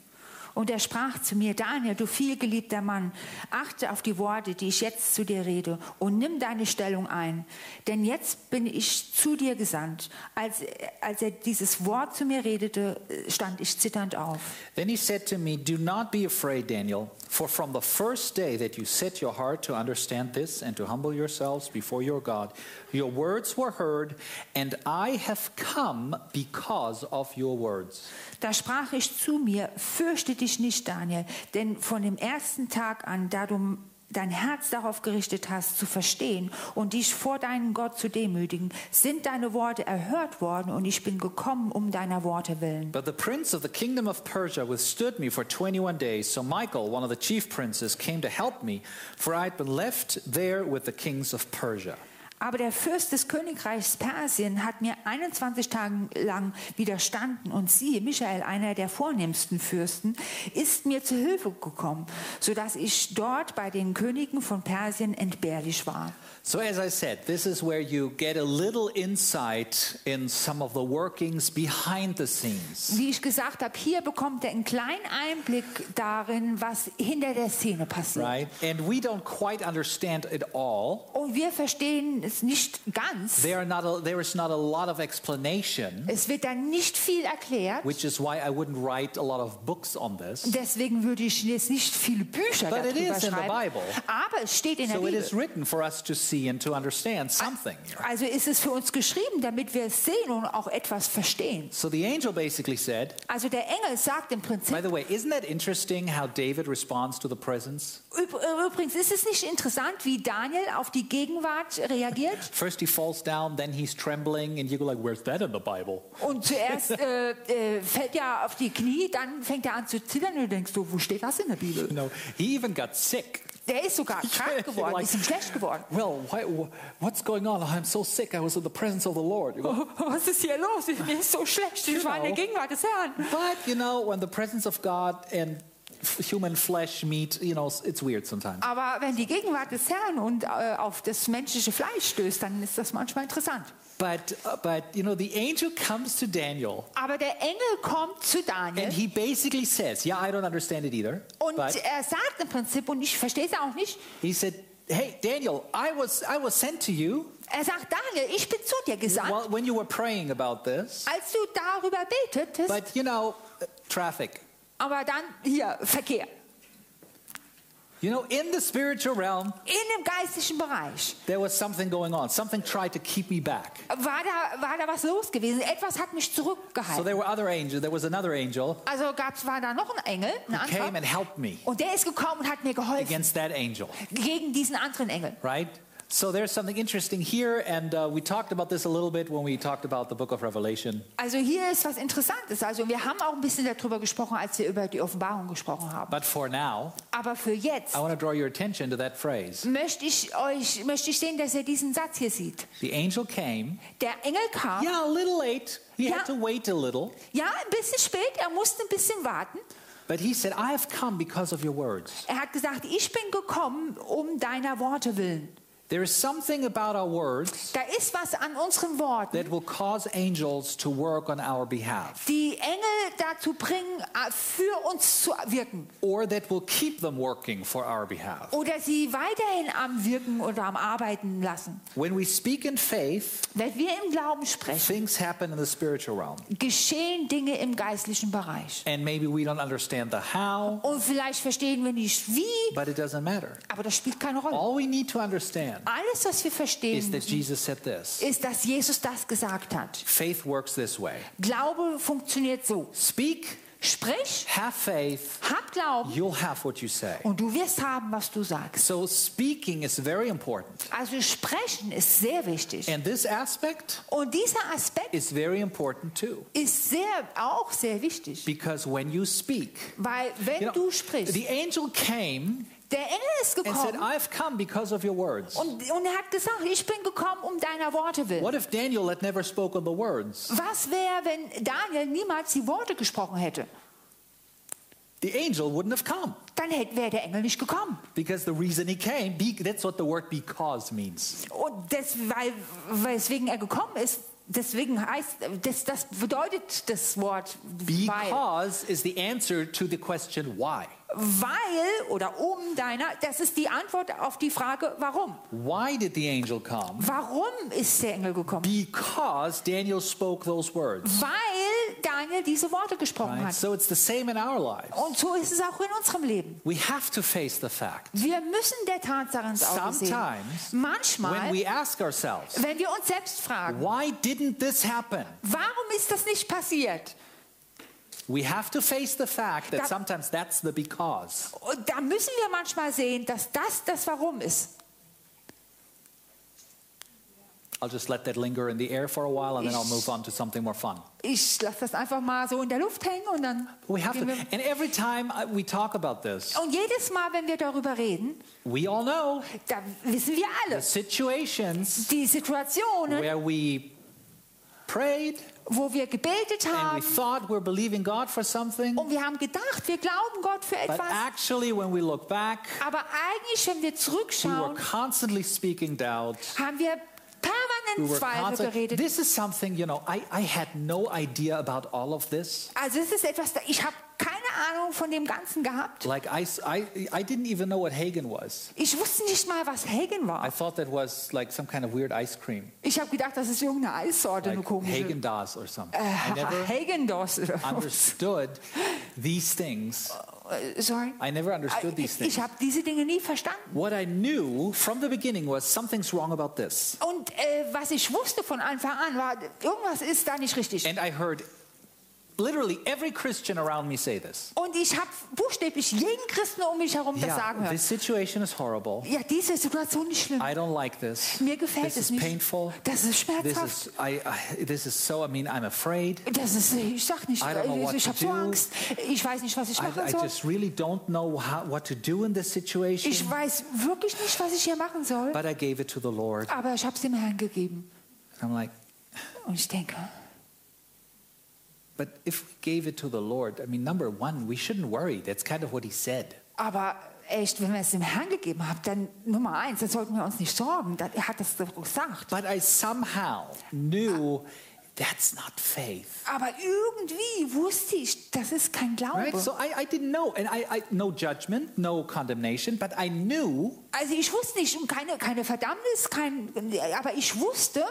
[SPEAKER 2] Und er sprach zu mir, Daniel, du vielgeliebter Mann, achte auf die Worte, die ich jetzt zu dir rede, und nimm deine Stellung ein. Denn jetzt bin ich zu dir gesandt. Als, als er dieses Wort zu mir redete, stand ich zitternd auf.
[SPEAKER 1] Then he said to me, Do not be afraid, Daniel, for from the first day that you set your heart to understand this and to humble yourselves before your God, your words were heard, and I have come because of your words.
[SPEAKER 2] Da sprach ich zu mir, fürchte dich nicht, Daniel, denn von dem ersten Tag an, da du dein Herz darauf gerichtet hast, zu verstehen und dich vor deinen Gott zu demütigen, sind deine Worte erhört worden und ich bin gekommen um deiner Worte willen.
[SPEAKER 1] But the prince of the kingdom of Persia withstood me for 21 days. So Michael, one of the chief princes, came to help me, for I had been left there with the kings of Persia.
[SPEAKER 2] Aber der Fürst des Königreichs Persien hat mir 21 Tage lang widerstanden und siehe, Michael, einer der vornehmsten Fürsten, ist mir zu Hilfe gekommen, sodass ich dort bei den Königen von Persien entbehrlich war.
[SPEAKER 1] So, as I said, this is where you get a little insight in some of the workings behind the scenes.
[SPEAKER 2] Wie ich gesagt habe, hier bekommt er einen kleinen Einblick darin, was hinter der Szene passiert.
[SPEAKER 1] Right? And we don't quite understand it all.
[SPEAKER 2] Und wir verstehen es nicht ganz.
[SPEAKER 1] There, are not a, there is not a lot of explanation,
[SPEAKER 2] Es wird dann nicht viel erklärt.
[SPEAKER 1] which is why I wouldn't write a lot of books on this.
[SPEAKER 2] Deswegen würde ich jetzt nicht viele Bücher
[SPEAKER 1] But it
[SPEAKER 2] darüber
[SPEAKER 1] is in the
[SPEAKER 2] schreiben.
[SPEAKER 1] Bible.
[SPEAKER 2] Aber es steht in der
[SPEAKER 1] So, it is
[SPEAKER 2] Bibel.
[SPEAKER 1] written for us to see and to understand something here.
[SPEAKER 2] Also ist es für uns geschrieben, damit wir es sehen und auch etwas verstehen.
[SPEAKER 1] So, the angel basically said,
[SPEAKER 2] Also der Engel sagt im
[SPEAKER 1] By
[SPEAKER 2] Prinzip,
[SPEAKER 1] the way, isn't that interesting how David responds to the presence?
[SPEAKER 2] üb- äh, übrigens ist es nicht interessant, wie Daniel auf die Gegenwart reagiert?
[SPEAKER 1] First he falls down, then he's trembling, and you go like, "Where's that in the Bible?"
[SPEAKER 2] Und zuerst äh, äh, fällt er auf die Knie, dann fängt er an zu zittern und du denkst so, wo steht das in der Bibel?
[SPEAKER 1] No, he even got sick.
[SPEAKER 2] Der ist sogar krank geworden,
[SPEAKER 1] Like-
[SPEAKER 2] ist ihm schlecht geworden.
[SPEAKER 1] Well, why, wh- what's going on? I'm so sick. I was in the presence of the Lord. You go,
[SPEAKER 2] Oh, Was ist hier los? Mir ist so schlecht, ich war in der
[SPEAKER 1] Genau.
[SPEAKER 2] Gegenwart des Herrn.
[SPEAKER 1] but you know, when the presence of God and f- human flesh meet, you know, it's weird sometimes.
[SPEAKER 2] Aber wenn die Gegenwart des Herrn und äh, auf das menschliche Fleisch stößt, dann ist das manchmal interessant.
[SPEAKER 1] But uh, but you know, the angel comes to Daniel.
[SPEAKER 2] Aber der Engel kommt zu
[SPEAKER 1] And
[SPEAKER 2] Daniel
[SPEAKER 1] he basically says, "Yeah, I don't understand it either."
[SPEAKER 2] und
[SPEAKER 1] but
[SPEAKER 2] er sagt im Prinzip, und ich verstehe es auch nicht,
[SPEAKER 1] he said, "Hey, Daniel, I was I was sent to you
[SPEAKER 2] er sagt, Daniel, ich bin zu dir gesandt,
[SPEAKER 1] Well, when you were praying about this,
[SPEAKER 2] als du darüber betetest,
[SPEAKER 1] but you know, uh, traffic.
[SPEAKER 2] aber dann hier, Verkehr.
[SPEAKER 1] You know, in the spiritual realm,
[SPEAKER 2] In dem geistlichen Bereich
[SPEAKER 1] there was something going on. Something tried to keep me back.
[SPEAKER 2] war da, war da was los gewesen. Etwas hat mich
[SPEAKER 1] So
[SPEAKER 2] zurückgehalten.
[SPEAKER 1] there were other angels. There was another angel
[SPEAKER 2] Also gab's, war da noch ein Engel, ein
[SPEAKER 1] who came
[SPEAKER 2] anderer.
[SPEAKER 1] and helped me
[SPEAKER 2] Und der ist gekommen und hat mir geholfen
[SPEAKER 1] against that angel,
[SPEAKER 2] gegen diesen anderen Engel.
[SPEAKER 1] right? So there's something interesting here, and uh, we talked about this a little bit when we talked about the book of Revelation.
[SPEAKER 2] Also hier ist was Interessantes. Also wir haben auch ein bisschen darüber gesprochen, als wir über die Offenbarung gesprochen haben.
[SPEAKER 1] But for now,
[SPEAKER 2] Aber für jetzt
[SPEAKER 1] I want to draw your attention to that phrase.
[SPEAKER 2] möchte ich euch möchte ich sehen, dass ihr diesen Satz hier seht.
[SPEAKER 1] The angel came,
[SPEAKER 2] Der Engel kam, ja,
[SPEAKER 1] yeah, a little late. He
[SPEAKER 2] Uh-huh. Yeah.
[SPEAKER 1] had to wait a little,
[SPEAKER 2] ein bisschen spät, er musste ein bisschen warten.
[SPEAKER 1] but he said, I have come because of your words.
[SPEAKER 2] Er hat gesagt, ich bin gekommen um deiner Worte willen.
[SPEAKER 1] There is something about our words
[SPEAKER 2] Da ist was an unseren Worten,
[SPEAKER 1] that will cause angels to work on our behalf,
[SPEAKER 2] die Engel dazu bringen, äh, für uns zu wirken.
[SPEAKER 1] or that will keep them working for our behalf.
[SPEAKER 2] Oder sie weiterhin am Wirken oder am Arbeiten lassen.
[SPEAKER 1] When we speak in faith,
[SPEAKER 2] Wenn wir im Glauben sprechen,
[SPEAKER 1] things happen in the spiritual realm.
[SPEAKER 2] geschehen Dinge im geistlichen Bereich.
[SPEAKER 1] And maybe we don't understand the how,
[SPEAKER 2] Und vielleicht verstehen wir nicht wie,
[SPEAKER 1] but it doesn't matter.
[SPEAKER 2] aber das spielt keine Rolle.
[SPEAKER 1] All we need to understand
[SPEAKER 2] Alles, was wir
[SPEAKER 1] is
[SPEAKER 2] verstehen,
[SPEAKER 1] that Jesus said this
[SPEAKER 2] ist, dass Jesus das gesagt hat.
[SPEAKER 1] faith works this way
[SPEAKER 2] Glaube funktioniert so.
[SPEAKER 1] speak,
[SPEAKER 2] Sprich,
[SPEAKER 1] have faith,
[SPEAKER 2] hab Glauben
[SPEAKER 1] you'll have what you say.
[SPEAKER 2] und du wirst haben, was du sagst.
[SPEAKER 1] So, speaking is very important.
[SPEAKER 2] Also sprechen ist sehr wichtig.
[SPEAKER 1] And this aspect
[SPEAKER 2] Und dieser Aspekt
[SPEAKER 1] is very important too.
[SPEAKER 2] ist sehr, auch sehr wichtig.
[SPEAKER 1] Because when you speak,
[SPEAKER 2] Weil wenn
[SPEAKER 1] you know,
[SPEAKER 2] du sprichst,
[SPEAKER 1] the angel came
[SPEAKER 2] der Engel Genau. ist
[SPEAKER 1] and said,
[SPEAKER 2] gekommen
[SPEAKER 1] I've come because of your words.
[SPEAKER 2] und, und er hat gesagt, ich bin gekommen um deiner Worte willen.
[SPEAKER 1] What if Daniel had never spoken the words?
[SPEAKER 2] Was wäre, wenn Daniel niemals die Worte gesprochen hätte?
[SPEAKER 1] The angel wouldn't have come
[SPEAKER 2] Dann wäre der Engel nicht gekommen.
[SPEAKER 1] because the reason he came, be, that's what the word because means.
[SPEAKER 2] Und des, weil, weswegen er gekommen ist, Deswegen heißt das, das bedeutet das Wort weil.
[SPEAKER 1] Because is the answer to the question why.
[SPEAKER 2] Weil oder um deiner, das ist die Antwort auf die Frage, warum.
[SPEAKER 1] Why did the angel come?
[SPEAKER 2] Warum ist der Engel gekommen?
[SPEAKER 1] Because Daniel spoke those words.
[SPEAKER 2] Weil Daniel diese Worte gesprochen
[SPEAKER 1] Right?
[SPEAKER 2] hat.
[SPEAKER 1] So it's the same in our lives.
[SPEAKER 2] Und so ist es auch in unserem Leben.
[SPEAKER 1] We have to face the fact
[SPEAKER 2] Wir müssen der Tatsache ins Auge sehen.
[SPEAKER 1] Sometimes, when
[SPEAKER 2] Manchmal,
[SPEAKER 1] we ask ourselves,
[SPEAKER 2] wenn wir uns selbst fragen,
[SPEAKER 1] why didn't this happen?
[SPEAKER 2] warum ist das nicht passiert?
[SPEAKER 1] We have to face the fact that
[SPEAKER 2] That-
[SPEAKER 1] sometimes that's the because.
[SPEAKER 2] Und da müssen wir manchmal sehen, dass das das Warum ist.
[SPEAKER 1] I'll just let that linger in the air for a while and then I'll
[SPEAKER 2] Is-
[SPEAKER 1] move on to something more fun.
[SPEAKER 2] Ich lasse das einfach mal so in der Luft hängen und dann.
[SPEAKER 1] We have
[SPEAKER 2] gehen
[SPEAKER 1] to,
[SPEAKER 2] wir-
[SPEAKER 1] and every time uh, we talk about this,
[SPEAKER 2] Und jedes Mal, wenn wir darüber reden,
[SPEAKER 1] we all know
[SPEAKER 2] da wissen wir
[SPEAKER 1] the
[SPEAKER 2] alle,
[SPEAKER 1] situations
[SPEAKER 2] die Situationen,
[SPEAKER 1] where we prayed
[SPEAKER 2] wo wir gebetet
[SPEAKER 1] and we
[SPEAKER 2] haben
[SPEAKER 1] thought we're believing God for something,
[SPEAKER 2] und wir haben gedacht, wir glauben Gott für
[SPEAKER 1] but
[SPEAKER 2] etwas.
[SPEAKER 1] actually, when we look back,
[SPEAKER 2] Aber eigentlich, wenn wir
[SPEAKER 1] we were
[SPEAKER 2] zurückschauen,
[SPEAKER 1] constantly speaking doubt.
[SPEAKER 2] haben wir
[SPEAKER 1] We
[SPEAKER 2] permanent
[SPEAKER 1] were
[SPEAKER 2] Zweifel
[SPEAKER 1] constant-
[SPEAKER 2] geredet.
[SPEAKER 1] This is something, you know, I, I had no idea about all of this.
[SPEAKER 2] Also es ist etwas, da- ich habe keine Ahnung von dem Ganzen gehabt.
[SPEAKER 1] Like, I, s- I- I didn't even know what Hagen was.
[SPEAKER 2] Ich wusste nicht mal, was Hagen
[SPEAKER 1] I
[SPEAKER 2] war.
[SPEAKER 1] thought that was like some kind of weird ice cream,
[SPEAKER 2] Ich habe gedacht, das ist irgendeine Eissorte,
[SPEAKER 1] like
[SPEAKER 2] eine komische.
[SPEAKER 1] Hagen Dazs or something. I never
[SPEAKER 2] Hagendos.
[SPEAKER 1] understood these things.
[SPEAKER 2] Sorry.
[SPEAKER 1] I never understood these
[SPEAKER 2] Ich,
[SPEAKER 1] things.
[SPEAKER 2] ich habe diese Dinge nie verstanden.
[SPEAKER 1] What I knew from the beginning was something's wrong about this.
[SPEAKER 2] Und äh, was ich wusste von Anfang an war, irgendwas ist da nicht richtig.
[SPEAKER 1] And I heard literally every Christian around me say this.
[SPEAKER 2] Und ich habe buchstäblich jeden Christen um mich herum das sagen
[SPEAKER 1] Yeah,
[SPEAKER 2] hören.
[SPEAKER 1] this situation is horrible.
[SPEAKER 2] Ja, diese Situation ist schlimm.
[SPEAKER 1] I don't like this.
[SPEAKER 2] Mir gefällt
[SPEAKER 1] this
[SPEAKER 2] es
[SPEAKER 1] is
[SPEAKER 2] nicht.
[SPEAKER 1] painful.
[SPEAKER 2] Das ist
[SPEAKER 1] This
[SPEAKER 2] schmerzhaft.
[SPEAKER 1] is, I, I, this is so, I mean, I'm afraid.
[SPEAKER 2] Das ist, ich sag nicht,
[SPEAKER 1] I don't know what
[SPEAKER 2] ich
[SPEAKER 1] to
[SPEAKER 2] habe so
[SPEAKER 1] do.
[SPEAKER 2] Angst. Ich weiß nicht, was ich
[SPEAKER 1] I,
[SPEAKER 2] machen
[SPEAKER 1] I
[SPEAKER 2] soll.
[SPEAKER 1] just really don't know how, what to do in this situation.
[SPEAKER 2] Ich weiß wirklich nicht, was ich hier machen soll.
[SPEAKER 1] But I gave it to the Lord.
[SPEAKER 2] Aber ich habe es dem Herrn gegeben.
[SPEAKER 1] I'm like,
[SPEAKER 2] Und ich denke,
[SPEAKER 1] but if we gave it to the Lord, I mean, number one, we shouldn't worry. That's kind of what he said.
[SPEAKER 2] aber echt, wenn wir es dem Herrn gegeben haben, dann Nummer eins, dann sollten wir uns nicht sorgen. Dann- Er hat das doch gesagt.
[SPEAKER 1] But I somehow knew that's not faith.
[SPEAKER 2] Aber irgendwie wusste ich, das ist kein Glaube.
[SPEAKER 1] Right? So I, I didn't know. And I, I, no judgment, no condemnation, but I knew
[SPEAKER 2] Also ich wusste nicht und keine, keine Verdammnis, kein, aber ich wusste,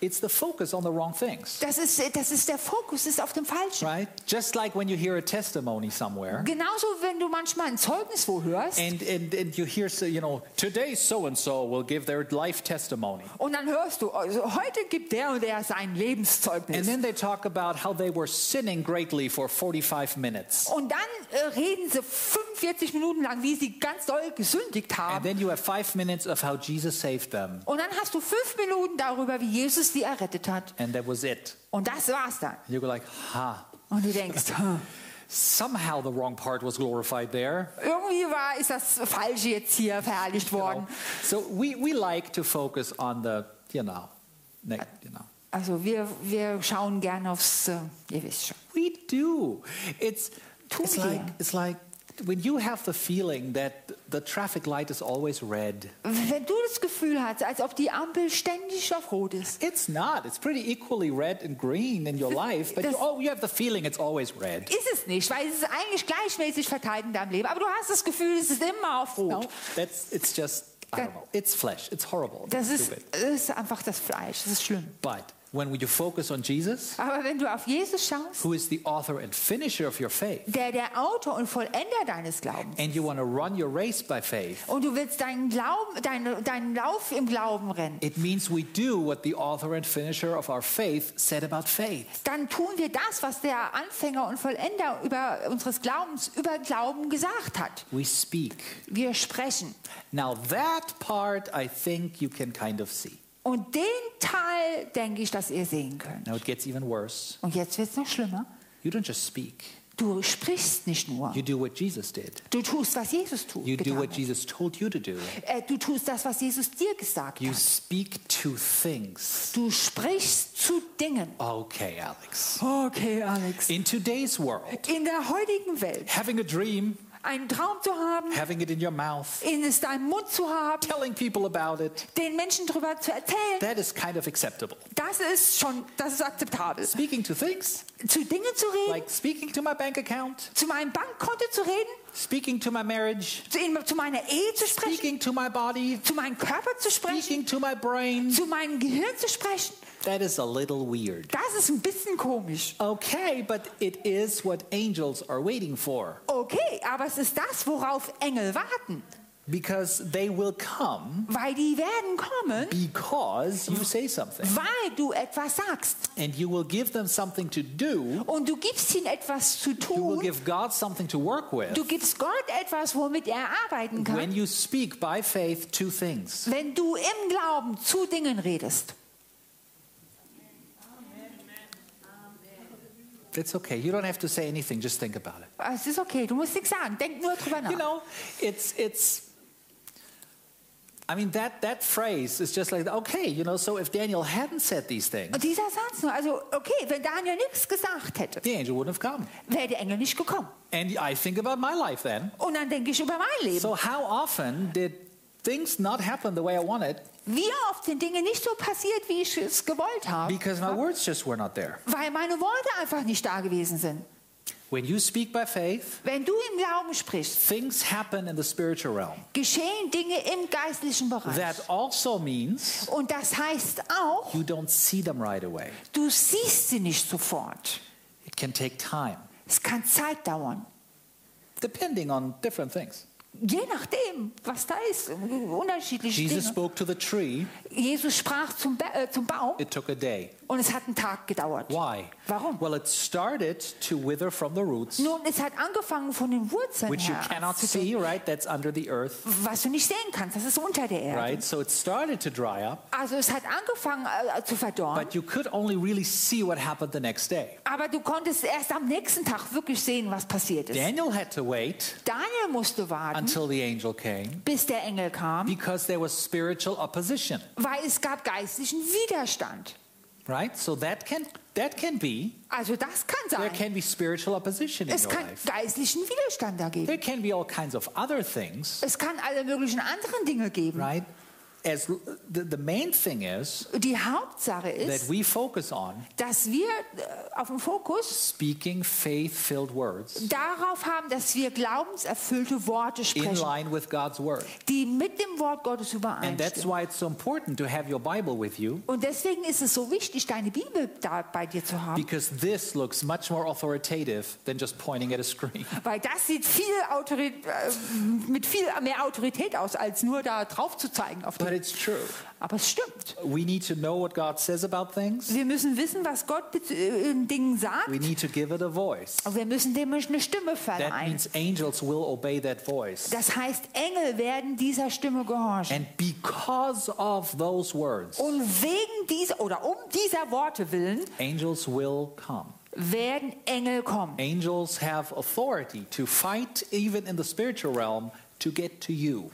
[SPEAKER 1] it's the focus on the wrong things.
[SPEAKER 2] das ist, das ist der Fokus ist auf dem Falschen.
[SPEAKER 1] Right? Just like when you hear a testimony somewhere
[SPEAKER 2] Genauso, wenn du manchmal ein Zeugnis wo hörst
[SPEAKER 1] and, and, and you hear, so, you know, today so and so will give their life testimony.
[SPEAKER 2] und dann hörst du, also heute gibt der und der sein Lebenszeugnis.
[SPEAKER 1] And then they talk about how they were sinning greatly for 45 minutes.
[SPEAKER 2] Und dann äh, reden sie 45 Minuten lang, wie sie ganz doll gesündigt
[SPEAKER 1] And
[SPEAKER 2] haben.
[SPEAKER 1] then you have five minutes of how Jesus saved them.
[SPEAKER 2] Und dann hast du fünf Minuten darüber, wie Jesus sie errettet hat.
[SPEAKER 1] And that was it.
[SPEAKER 2] Und das war's dann.
[SPEAKER 1] You go like, ha,
[SPEAKER 2] Und du denkst, hm,
[SPEAKER 1] somehow the wrong part was glorified there.
[SPEAKER 2] irgendwie war, ist das Falsche jetzt hier verherrlicht
[SPEAKER 1] Genau.
[SPEAKER 2] worden.
[SPEAKER 1] So we, we like to focus on the, you know, ne- you know.
[SPEAKER 2] Also wir, wir schauen gerne aufs, äh, ihr wisst schon.
[SPEAKER 1] We do. It's,
[SPEAKER 2] Tun
[SPEAKER 1] it's
[SPEAKER 2] wir.
[SPEAKER 1] like it's like when you have the feeling that the traffic light is always red.
[SPEAKER 2] Wenn du das Gefühl hast, als ob die Ampel ständig auf Rot ist,
[SPEAKER 1] It's not. It's pretty equally red and green in your life, but you,
[SPEAKER 2] das-
[SPEAKER 1] oh, you have the feeling it's always red.
[SPEAKER 2] ist es nicht, weil es ist eigentlich gleichmäßig verteilt in deinem Leben. Aber du hast das Gefühl, es ist immer auf Rot.
[SPEAKER 1] No, that's it's just I don't
[SPEAKER 2] That-
[SPEAKER 1] know. It's flesh. It's horrible.
[SPEAKER 2] Das
[SPEAKER 1] It's
[SPEAKER 2] ist,
[SPEAKER 1] stupid.
[SPEAKER 2] ist einfach das Fleisch, das ist schlimm.
[SPEAKER 1] But when you focus on Jesus,
[SPEAKER 2] Aber wenn du auf Jesus schaust,
[SPEAKER 1] who is the author and finisher of your faith,
[SPEAKER 2] der der Autor und Vollender deines Glaubens,
[SPEAKER 1] and you want to run your race by faith,
[SPEAKER 2] und du willst deinen, Glauben, deinen, deinen Lauf im Glauben rennen,
[SPEAKER 1] it means we do what the author and finisher of our faith said about faith.
[SPEAKER 2] dann tun wir das, was der Anfänger und Vollender über unseres Glaubens über Glauben gesagt hat.
[SPEAKER 1] We speak.
[SPEAKER 2] Wir sprechen.
[SPEAKER 1] Now, that part I think you can kind of see.
[SPEAKER 2] Und den Teil denke ich, dass ihr sehen könnt.
[SPEAKER 1] Now, it gets even worse.
[SPEAKER 2] Und jetzt wird es noch schlimmer.
[SPEAKER 1] You don't just speak,
[SPEAKER 2] Du sprichst nicht nur.
[SPEAKER 1] you do what Jesus did.
[SPEAKER 2] Du tust, was Jesus tut.
[SPEAKER 1] You do what Jesus told you to do.
[SPEAKER 2] äh, du tust das, was Jesus dir gesagt
[SPEAKER 1] You
[SPEAKER 2] hat.
[SPEAKER 1] speak to things.
[SPEAKER 2] Du sprichst zu Dingen.
[SPEAKER 1] Okay, Alex.
[SPEAKER 2] Okay, Alex.
[SPEAKER 1] In today's world,
[SPEAKER 2] In der heutigen Welt
[SPEAKER 1] having a dream
[SPEAKER 2] einen Traum zu haben,
[SPEAKER 1] having it in your mouth,
[SPEAKER 2] ihn es deinem Mund zu haben,
[SPEAKER 1] telling people about it.
[SPEAKER 2] den Menschen darüber zu erzählen,
[SPEAKER 1] That is kind of acceptable.
[SPEAKER 2] das ist schon, das ist akzeptabel.
[SPEAKER 1] Speaking to things,
[SPEAKER 2] Zu Dingen zu reden,
[SPEAKER 1] like speaking to my bank account,
[SPEAKER 2] zu meinem Bankkonto zu reden,
[SPEAKER 1] speaking to my marriage,
[SPEAKER 2] zu, ihm, zu meiner Ehe zu sprechen,
[SPEAKER 1] speaking to my body,
[SPEAKER 2] zu meinem Körper zu sprechen,
[SPEAKER 1] speaking to my brain.
[SPEAKER 2] zu meinem Gehirn zu sprechen.
[SPEAKER 1] That is a little weird.
[SPEAKER 2] Das ist ein bisschen komisch.
[SPEAKER 1] Okay, but it is what angels are waiting for
[SPEAKER 2] Okay, aber es ist das, worauf Engel warten,
[SPEAKER 1] because they will come
[SPEAKER 2] weil die werden kommen,
[SPEAKER 1] because you say something.
[SPEAKER 2] weil du etwas sagst
[SPEAKER 1] And you will give them something to do,
[SPEAKER 2] und du gibst ihnen etwas zu
[SPEAKER 1] you will
[SPEAKER 2] tun.
[SPEAKER 1] give God something to work with.
[SPEAKER 2] Du gibst Gott etwas, womit er arbeiten kann.
[SPEAKER 1] When you speak by faith, two things.
[SPEAKER 2] wenn du im Glauben zu Dingen redest.
[SPEAKER 1] It's okay. You don't have to say anything, just think about it.
[SPEAKER 2] Es ist okay, du musst nichts sagen. Denk nur drüber nach.
[SPEAKER 1] You know, it's it's I mean that that phrase is just like okay, you know, so if Daniel hadn't said these things,
[SPEAKER 2] Und dieser Satz nur, also okay, wenn Daniel nichts gesagt hätte,
[SPEAKER 1] the angel wouldn't have come.
[SPEAKER 2] wäre der Engel nicht gekommen.
[SPEAKER 1] And I think about my life then.
[SPEAKER 2] Und dann denke ich über mein Leben.
[SPEAKER 1] So how often did things not happen the way I wanted
[SPEAKER 2] Wie oft sind Dinge nicht so passiert, wie ich es gewollt habe,
[SPEAKER 1] because my words just were not there?
[SPEAKER 2] weil meine Worte einfach nicht da gewesen sind.
[SPEAKER 1] When you speak by faith,
[SPEAKER 2] Wenn du im Glauben sprichst,
[SPEAKER 1] things happen in the spiritual realm.
[SPEAKER 2] geschehen Dinge im geistlichen Bereich.
[SPEAKER 1] That also means
[SPEAKER 2] Und das heißt auch,
[SPEAKER 1] you don't see them right away.
[SPEAKER 2] du siehst sie nicht sofort.
[SPEAKER 1] It can take time,
[SPEAKER 2] Es kann Zeit dauern.
[SPEAKER 1] depending on different things.
[SPEAKER 2] Je nachdem, was da ist, unterschiedliche
[SPEAKER 1] Jesus
[SPEAKER 2] Jesus, Dinge.
[SPEAKER 1] spoke to the tree,
[SPEAKER 2] Jesus sprach zum, Ba- äh, zum Baum
[SPEAKER 1] it took a day.
[SPEAKER 2] und es hat einen Tag gedauert.
[SPEAKER 1] Why?
[SPEAKER 2] Warum?
[SPEAKER 1] Well, it started to wither from the roots,
[SPEAKER 2] Nun, es hat angefangen von den Wurzeln
[SPEAKER 1] which you
[SPEAKER 2] her,
[SPEAKER 1] cannot see, right? That's under the earth,
[SPEAKER 2] was du nicht sehen kannst, das ist unter der Erde.
[SPEAKER 1] right? So it started to dry up,
[SPEAKER 2] Also es hat angefangen äh, zu verdorren,
[SPEAKER 1] but you could only really see what happened the next day.
[SPEAKER 2] aber du konntest erst am nächsten Tag wirklich sehen, was passiert ist.
[SPEAKER 1] Daniel had to wait
[SPEAKER 2] Daniel musste warten,
[SPEAKER 1] until the angel came
[SPEAKER 2] bis der Engel kam,
[SPEAKER 1] because there was spiritual opposition,
[SPEAKER 2] weil es gab geistlichen Widerstand.
[SPEAKER 1] right? So that can that can be
[SPEAKER 2] Also das kann
[SPEAKER 1] there
[SPEAKER 2] sein.
[SPEAKER 1] can be spiritual opposition in
[SPEAKER 2] Es
[SPEAKER 1] your
[SPEAKER 2] kann
[SPEAKER 1] life.
[SPEAKER 2] geistlichen Widerstand da geben.
[SPEAKER 1] There can be all kinds of other things,
[SPEAKER 2] Es kann alle möglichen anderen Dinge geben.
[SPEAKER 1] right? As the, the main thing is
[SPEAKER 2] Die Hauptsache
[SPEAKER 1] that
[SPEAKER 2] ist,
[SPEAKER 1] we focus on
[SPEAKER 2] dass wir äh, auf dem Fokus
[SPEAKER 1] speaking faith-filled words
[SPEAKER 2] darauf haben, dass wir glaubenserfüllte Worte
[SPEAKER 1] in
[SPEAKER 2] sprechen,
[SPEAKER 1] line with God's word.
[SPEAKER 2] die mit dem Wort Gottes
[SPEAKER 1] And that's
[SPEAKER 2] übereinstimmen.
[SPEAKER 1] why it's so important to have your Bible with you
[SPEAKER 2] Und deswegen ist es so wichtig, deine Bibel da bei dir zu haben,
[SPEAKER 1] because this looks much more authoritative than just pointing at a screen.
[SPEAKER 2] weil das sieht viel Autori äh, mit viel mehr Autorität aus, als nur da drauf zu zeigen. Auf die-
[SPEAKER 1] But it's true.
[SPEAKER 2] Aber es stimmt.
[SPEAKER 1] We need to know what God says about things.
[SPEAKER 2] Wir müssen wissen, was Gott bez- äh, in Dingen sagt.
[SPEAKER 1] We need to give it a voice.
[SPEAKER 2] Und wir müssen dem eine Stimme
[SPEAKER 1] That
[SPEAKER 2] verleihen.
[SPEAKER 1] means angels will obey that voice.
[SPEAKER 2] Das heißt, Engel werden dieser Stimme gehorchen.
[SPEAKER 1] And because of those words,
[SPEAKER 2] Und wegen dieser oder um dieser Worte willen
[SPEAKER 1] angels will come.
[SPEAKER 2] werden Engel kommen.
[SPEAKER 1] Angels have authority to fight, even in the spiritual realm, to get to you.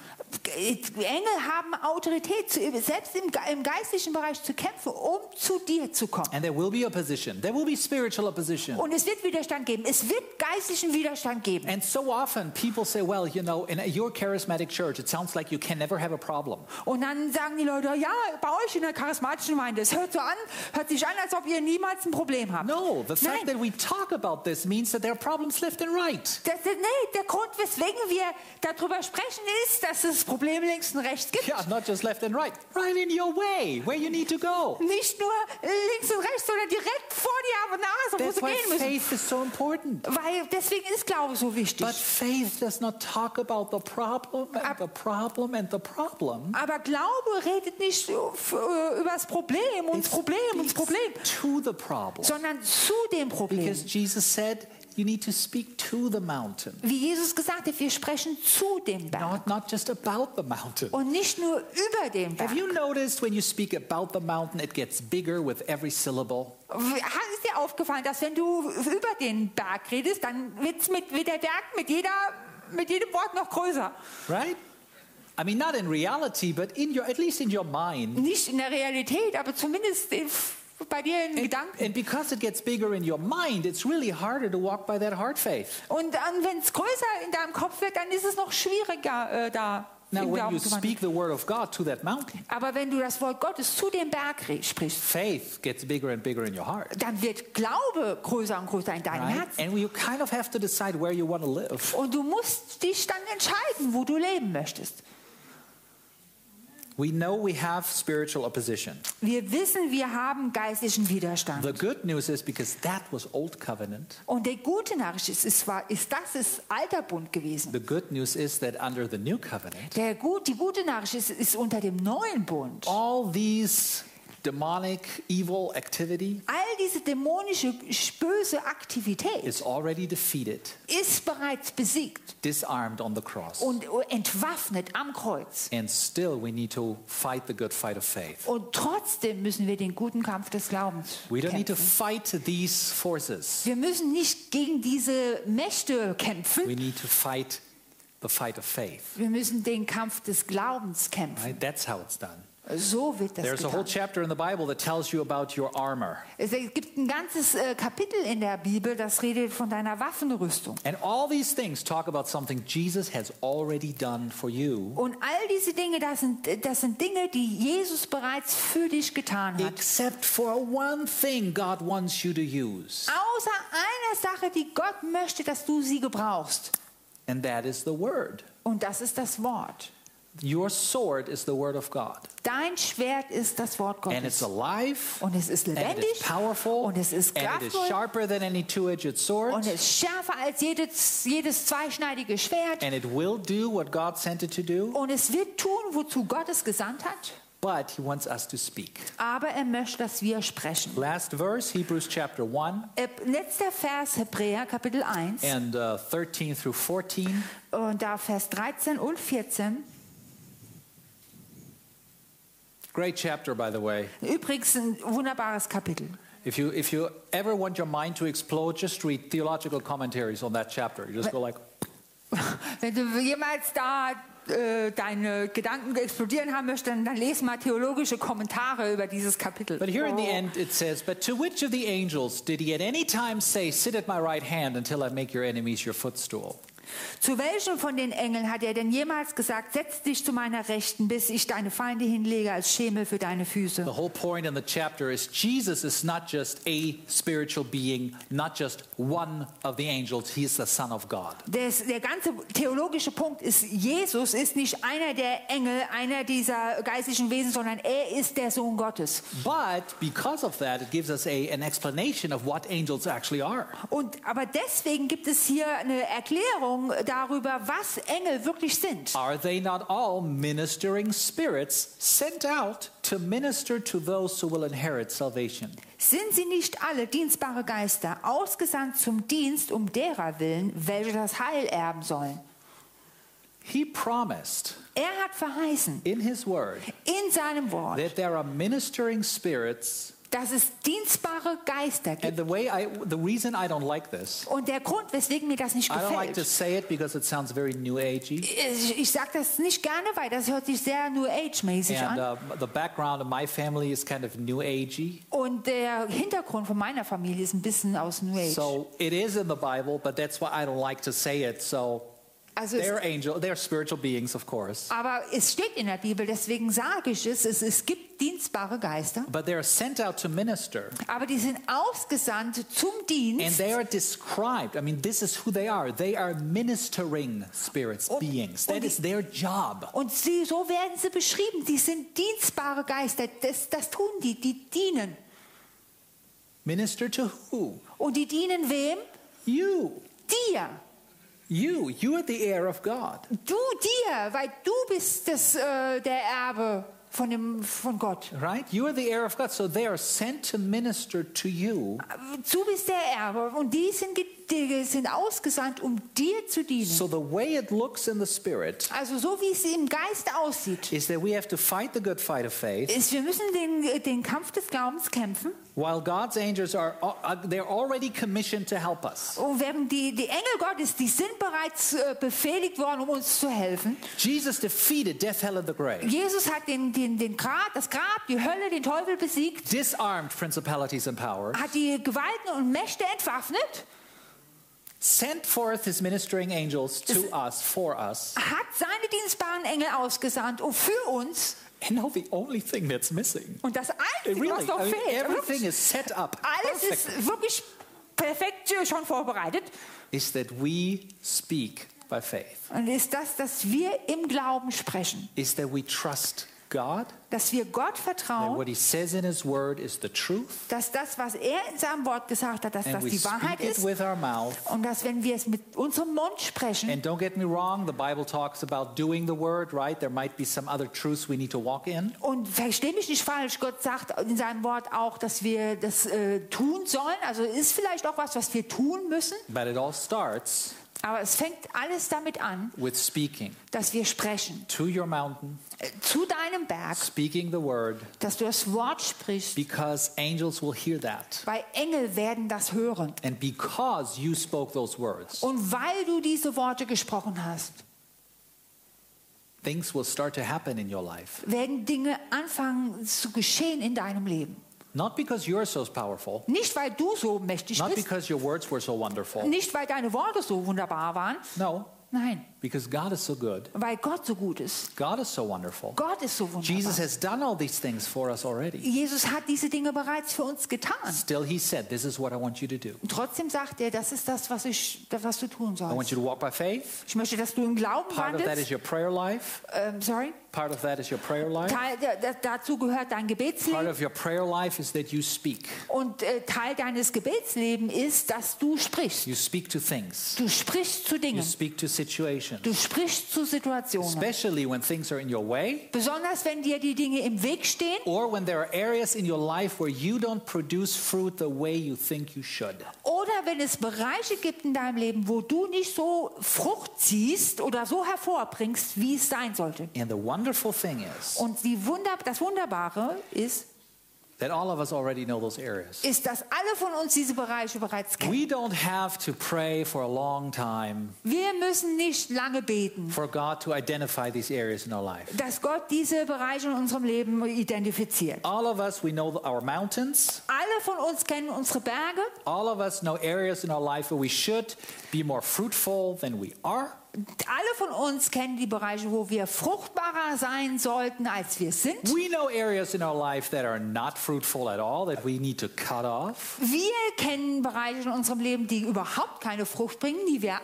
[SPEAKER 2] Engel haben Autorität, zu- selbst im, ge- im geistlichen Bereich zu kämpfen, um zu dir zu kommen.
[SPEAKER 1] And there will be opposition. There will be spiritual opposition.
[SPEAKER 2] Und es wird Widerstand geben. Es wird geistlichen Widerstand geben.
[SPEAKER 1] And so often people say, well, you know, in your charismatic church, it sounds like you can never have a problem.
[SPEAKER 2] Und dann sagen die Leute, ja, bei euch in der charismatischen Gemeinde, es hört so an, hört sich an, als ob ihr niemals ein Problem habt.
[SPEAKER 1] No, the fact
[SPEAKER 2] Nein,
[SPEAKER 1] that we talk about this means that there are problems left and right.
[SPEAKER 2] das, nee, der Grund, weswegen wir darüber sprechen, ist, dass es Probleme links und rechts gibt.
[SPEAKER 1] Yeah, not just left and right, right in your way, where you need to go.
[SPEAKER 2] Nicht nur links und rechts, sondern direkt vor dir auf der Nase, wo
[SPEAKER 1] That's
[SPEAKER 2] sie
[SPEAKER 1] why
[SPEAKER 2] gehen müssen.
[SPEAKER 1] faith is so important.
[SPEAKER 2] Weil deswegen ist Glaube so wichtig.
[SPEAKER 1] But faith does not talk about the problem and
[SPEAKER 2] Ab-
[SPEAKER 1] the problem and the problem.
[SPEAKER 2] Aber Glaube redet nicht so f- äh, über das Problem und das
[SPEAKER 1] It
[SPEAKER 2] Problem und das
[SPEAKER 1] speaks
[SPEAKER 2] Problem,
[SPEAKER 1] To the problem.
[SPEAKER 2] sondern zu dem
[SPEAKER 1] Because
[SPEAKER 2] Problem.
[SPEAKER 1] Jesus said, you need to speak to the mountain,
[SPEAKER 2] Wie Jesus gesagt hat, wir sprechen zu dem
[SPEAKER 1] not,
[SPEAKER 2] Berg
[SPEAKER 1] not just about the mountain.
[SPEAKER 2] und nicht nur über den Berg.
[SPEAKER 1] Have you noticed when you speak about the mountain, it gets bigger with every syllable?
[SPEAKER 2] Hat- Ist dir aufgefallen, dass wenn du über den Berg redest, dann wird's mit, wird der Berg mit, jeder, mit jedem Wort noch größer.
[SPEAKER 1] Right? I mean,
[SPEAKER 2] Mm,
[SPEAKER 1] not in reality, but in your, at least in your mind,
[SPEAKER 2] Nicht in der Realität, aber zumindest in- bei dir in
[SPEAKER 1] And,
[SPEAKER 2] Gedanken.
[SPEAKER 1] and because it gets bigger in your mind, it's really harder to walk by that hard faith.
[SPEAKER 2] Und dann, wenn es größer in deinem Kopf wird, dann ist es noch schwieriger äh, da.
[SPEAKER 1] Now,
[SPEAKER 2] im
[SPEAKER 1] when
[SPEAKER 2] Glauben
[SPEAKER 1] you
[SPEAKER 2] zu wandeln.
[SPEAKER 1] speak the word of God to that mountain,
[SPEAKER 2] Aber wenn du das Wort Gottes zu dem Berg re- sprichst,
[SPEAKER 1] faith gets bigger and bigger in your heart.
[SPEAKER 2] dann wird Glaube größer und größer in deinem
[SPEAKER 1] Right?
[SPEAKER 2] Herzen.
[SPEAKER 1] And you kind of have to decide where you want to live.
[SPEAKER 2] Und du musst dich dann entscheiden, wo du leben möchtest.
[SPEAKER 1] We know we have spiritual opposition.
[SPEAKER 2] Wir wissen, wir haben geistlichen Widerstand.
[SPEAKER 1] The good news is because that was old covenant.
[SPEAKER 2] Und die gute Nachricht ist, ist, war- ist das ist alter Bund gewesen.
[SPEAKER 1] The good news is that under the new covenant,
[SPEAKER 2] Der gut, die gute Nachricht ist, ist unter dem neuen Bund.
[SPEAKER 1] all these demonic evil activity
[SPEAKER 2] All diese dämonische, sch- böse Aktivität
[SPEAKER 1] is already defeated,
[SPEAKER 2] ist bereits besiegt
[SPEAKER 1] disarmed on the cross.
[SPEAKER 2] und entwaffnet am Kreuz.
[SPEAKER 1] And still we need to fight the good fight of faith.
[SPEAKER 2] Und trotzdem müssen wir den guten Kampf des Glaubens
[SPEAKER 1] We don't need to
[SPEAKER 2] kämpfen.
[SPEAKER 1] fight these forces.
[SPEAKER 2] Wir müssen nicht gegen diese Mächte kämpfen.
[SPEAKER 1] We need to fight the fight of faith.
[SPEAKER 2] Wir müssen den Kampf des Glaubens kämpfen.
[SPEAKER 1] Right? That's how it's done.
[SPEAKER 2] So wird das
[SPEAKER 1] There's a whole
[SPEAKER 2] getan.
[SPEAKER 1] chapter in the Bible that tells you about your armor.
[SPEAKER 2] Es gibt ein ganzes äh, Kapitel in der Bibel, das redet von deiner Waffenrüstung.
[SPEAKER 1] And all these things talk about something Jesus has already done for you,
[SPEAKER 2] Und all diese Dinge, das sind, das sind Dinge, die Jesus bereits für dich getan hat.
[SPEAKER 1] except for one thing God wants you to use,
[SPEAKER 2] Außer einer Sache, die Gott möchte, dass du sie gebrauchst.
[SPEAKER 1] and that is the Word.
[SPEAKER 2] Und das ist das Wort.
[SPEAKER 1] Your sword is the Word of God,
[SPEAKER 2] Dein Schwert ist das Wort
[SPEAKER 1] and it's
[SPEAKER 2] Gottes.
[SPEAKER 1] alive,
[SPEAKER 2] Und es ist
[SPEAKER 1] and it is
[SPEAKER 2] lebendig
[SPEAKER 1] powerful,
[SPEAKER 2] und es ist
[SPEAKER 1] and it is
[SPEAKER 2] kraftvoll
[SPEAKER 1] sharper than any two edged
[SPEAKER 2] und
[SPEAKER 1] sword,
[SPEAKER 2] es ist schärfer als jedes, jedes zweischneidige Schwert.
[SPEAKER 1] and it will do what God sent it to do,
[SPEAKER 2] Und es wird tun, wozu Gott es gesandt hat.
[SPEAKER 1] but He wants us to speak.
[SPEAKER 2] Aber er möchte, dass wir sprechen.
[SPEAKER 1] Last verse, Hebrews chapter 1
[SPEAKER 2] Äh, Letzter Vers, Hebräer Kapitel 1.
[SPEAKER 1] and uh, 13 through 14.
[SPEAKER 2] Und da Vers 13 und 14.
[SPEAKER 1] Great chapter, by the way.
[SPEAKER 2] Übrigens ein wunderbares Kapitel.
[SPEAKER 1] If you, if you ever want your mind to explode, just read theological commentaries on that chapter. You just go like,
[SPEAKER 2] Wenn du jemals da äh, deine Gedanken explodieren haben möchtest, dann, dann lese mal theologische Kommentare über dieses Kapitel.
[SPEAKER 1] but here in the end it says, But to which of the angels did he at any time say, Sit at my right hand until I make your enemies your footstool?
[SPEAKER 2] Zu welchem von den Engeln hat er denn jemals gesagt, setz dich zu meiner Rechten, bis ich deine Feinde hinlege als Schemel für deine Füße?
[SPEAKER 1] The whole point in the chapter is Jesus is not just a spiritual being, not just one of the angels. He is the Son of God.
[SPEAKER 2] Das, der ganze theologische Punkt ist, Jesus ist nicht einer der Engel, einer dieser geistlichen Wesen, sondern er ist der Sohn Gottes.
[SPEAKER 1] But because of that, it gives us a, an explanation of what angels actually are.
[SPEAKER 2] Und, aber deswegen gibt es hier eine Erklärung darüber, was Engel wirklich sind.
[SPEAKER 1] Are they not all ministering spirits sent out to minister to those who will inherit salvation?
[SPEAKER 2] Sind sie nicht alle dienstbare Geister, ausgesandt zum Dienst um derer willen, welche das Heil erben sollen?
[SPEAKER 1] He promised
[SPEAKER 2] Er hat verheißen
[SPEAKER 1] in his word
[SPEAKER 2] in seinem Wort,
[SPEAKER 1] that there are ministering spirits.
[SPEAKER 2] dass es dienstbare Geister
[SPEAKER 1] And
[SPEAKER 2] gibt.
[SPEAKER 1] the way I, the reason I don't like this,
[SPEAKER 2] Und der Grund, weswegen mir das nicht
[SPEAKER 1] I don't like to
[SPEAKER 2] gefällt,
[SPEAKER 1] say it because it sounds very new agey.
[SPEAKER 2] ich, ich sage das nicht gerne, weil das hört sich sehr New Age-mäßig
[SPEAKER 1] And
[SPEAKER 2] an.
[SPEAKER 1] uh, the background of my family is kind of new agey.
[SPEAKER 2] Und der Hintergrund von meiner Familie ist ein bisschen aus New Age.
[SPEAKER 1] So it is in the Bible, but that's why I don't like to say it. So
[SPEAKER 2] also es,
[SPEAKER 1] they're angel, they're spiritual beings, of course.
[SPEAKER 2] aber es steht in der Bibel, deswegen sage ich es, es, es gibt dienstbare Geister,
[SPEAKER 1] But they're sent out to minister.
[SPEAKER 2] aber die sind ausgesandt zum
[SPEAKER 1] And
[SPEAKER 2] Dienst.
[SPEAKER 1] they are described. I mean, this is who they are. They are ministering spirits,
[SPEAKER 2] Und-
[SPEAKER 1] beings.
[SPEAKER 2] und
[SPEAKER 1] That
[SPEAKER 2] die-
[SPEAKER 1] is their job.
[SPEAKER 2] Und sie, so werden sie beschrieben. Die sind dienstbare Geister. Das, das tun die. Die dienen.
[SPEAKER 1] Minister to who?
[SPEAKER 2] Und die dienen wem?
[SPEAKER 1] You.
[SPEAKER 2] Dir.
[SPEAKER 1] You. You are the heir of God.
[SPEAKER 2] Du dir, weil du bist das, äh, der Erbe von, dem, von Gott.
[SPEAKER 1] Right? You are the heir of God. So they are sent to minister to you.
[SPEAKER 2] Du bist der Erbe und die sind ge- die sind ausgesandt, um dir zu dienen.
[SPEAKER 1] So the way it looks in the spirit
[SPEAKER 2] Also so wie es im Geist aussieht,
[SPEAKER 1] is that we have to fight the good fight of faith
[SPEAKER 2] ist, wir müssen den, den Kampf des Glaubens kämpfen.
[SPEAKER 1] while God's angels are uh, they're already commissioned to help us.
[SPEAKER 2] Und während die, die Engel Gottes, die sind bereits äh, befehligt worden, um uns zu helfen.
[SPEAKER 1] Jesus defeated death, hell and the grave,
[SPEAKER 2] Jesus hat den, den, den Grab, das Grab, die Hölle, den Teufel besiegt,
[SPEAKER 1] disarmed principalities and power,
[SPEAKER 2] hat die Gewalten und Mächte entwaffnet,
[SPEAKER 1] sent forth his ministering angels to us for us.
[SPEAKER 2] hat seine dienstbaren Engel ausgesandt und für uns.
[SPEAKER 1] And now the only thing that's missing.
[SPEAKER 2] Und das
[SPEAKER 1] It
[SPEAKER 2] Einzige,
[SPEAKER 1] really,
[SPEAKER 2] was noch
[SPEAKER 1] I mean,
[SPEAKER 2] fehlt,
[SPEAKER 1] everything
[SPEAKER 2] ups,
[SPEAKER 1] is set up
[SPEAKER 2] alles
[SPEAKER 1] perfect,
[SPEAKER 2] ist wirklich perfekt äh, schon vorbereitet,
[SPEAKER 1] is that we speak by faith,
[SPEAKER 2] und ist das, dass wir im Glauben sprechen,
[SPEAKER 1] is that we trust God,
[SPEAKER 2] dass wir Gott
[SPEAKER 1] that
[SPEAKER 2] vertrauen,
[SPEAKER 1] what he says in his word is the truth,
[SPEAKER 2] dass das, was er in seinem Wort gesagt hat, dass
[SPEAKER 1] and
[SPEAKER 2] das
[SPEAKER 1] we
[SPEAKER 2] die
[SPEAKER 1] speak
[SPEAKER 2] Wahrheit
[SPEAKER 1] it
[SPEAKER 2] ist.
[SPEAKER 1] with our mouth.
[SPEAKER 2] Und dass, wenn wir es mit unserem Mund sprechen,
[SPEAKER 1] And don't get me wrong, the Bible talks about doing the word, right? There might be some other truths we need to walk in.
[SPEAKER 2] und verstehe mich nicht falsch, Gott sagt in seinem Wort auch, dass wir das äh, tun sollen. Also ist vielleicht auch was, was wir tun müssen.
[SPEAKER 1] But it all starts
[SPEAKER 2] Aber es fängt alles damit an,
[SPEAKER 1] with speaking
[SPEAKER 2] dass wir sprechen.
[SPEAKER 1] to your mountain,
[SPEAKER 2] Äh, Zu deinem Berg,
[SPEAKER 1] speaking the word,
[SPEAKER 2] dass du das Wort sprichst,
[SPEAKER 1] because angels will hear that.
[SPEAKER 2] weil Engel werden das hören.
[SPEAKER 1] And because you spoke those words,
[SPEAKER 2] Und weil du diese Worte gesprochen hast,
[SPEAKER 1] things will start to happen in your life.
[SPEAKER 2] werden Dinge anfangen zu geschehen in deinem Leben.
[SPEAKER 1] Not because you're so powerful,
[SPEAKER 2] Nicht, weil du so mächtig
[SPEAKER 1] not
[SPEAKER 2] bist,
[SPEAKER 1] because your words were so wonderful.
[SPEAKER 2] nicht, weil deine Worte so wunderbar waren.
[SPEAKER 1] No,
[SPEAKER 2] Nein,
[SPEAKER 1] because God is so good.
[SPEAKER 2] weil Gott so gut ist.
[SPEAKER 1] God is so wonderful.
[SPEAKER 2] Gott ist so wunderbar.
[SPEAKER 1] Jesus has done all these things for us already.
[SPEAKER 2] Jesus hat diese Dinge bereits für uns getan.
[SPEAKER 1] Still, he said, This is what I want you to do.
[SPEAKER 2] Und trotzdem sagt er, das ist das, was, ich, das, was du tun
[SPEAKER 1] I want
[SPEAKER 2] sollst.
[SPEAKER 1] you to walk by faith.
[SPEAKER 2] Ich möchte, dass du im Glauben
[SPEAKER 1] Part of that is
[SPEAKER 2] wandelst.
[SPEAKER 1] your prayer life.
[SPEAKER 2] Ähm, sorry.
[SPEAKER 1] Part of that is your prayer life.
[SPEAKER 2] Teil, da, da, dazu gehört dein
[SPEAKER 1] Part
[SPEAKER 2] Gebetsleben.
[SPEAKER 1] of your prayer life is that you speak.
[SPEAKER 2] Und äh, Teil deines Gebetslebens ist, dass du sprichst.
[SPEAKER 1] You speak to things.
[SPEAKER 2] Du sprichst zu
[SPEAKER 1] You
[SPEAKER 2] Dingen.
[SPEAKER 1] speak to situations.
[SPEAKER 2] Du sprichst zu Situationen.
[SPEAKER 1] Especially when things are in your way
[SPEAKER 2] Besonders wenn dir die Dinge im Weg stehen
[SPEAKER 1] or when there are areas in your life where you don't produce fruit the way you think you should.
[SPEAKER 2] oder wenn es Bereiche gibt in deinem Leben, wo du nicht so Frucht ziehst oder so hervorbringst, wie es sein sollte.
[SPEAKER 1] And the wonderful thing is
[SPEAKER 2] Und die Wunder, das Wunderbare ist,
[SPEAKER 1] that all of us already know those areas.
[SPEAKER 2] ist, dass alle von uns diese Bereiche bereits kennen.
[SPEAKER 1] We don't have to pray for a long time
[SPEAKER 2] Wir müssen nicht lange beten,
[SPEAKER 1] for God to identify these areas in our life.
[SPEAKER 2] dass Gott diese Bereiche in unserem Leben identifiziert.
[SPEAKER 1] All of us, we know our mountains.
[SPEAKER 2] Alle von uns kennen unsere Berge.
[SPEAKER 1] All of us know areas in our life where we should be more fruitful than we are.
[SPEAKER 2] Alle von uns kennen die Bereiche, wo wir fruchtbarer sein sollten, als wir sind.
[SPEAKER 1] We know areas in our life that are not fruitful at all that we need to cut off.
[SPEAKER 2] Wir kennen Bereiche in unserem Leben, die überhaupt keine Frucht bringen, die wir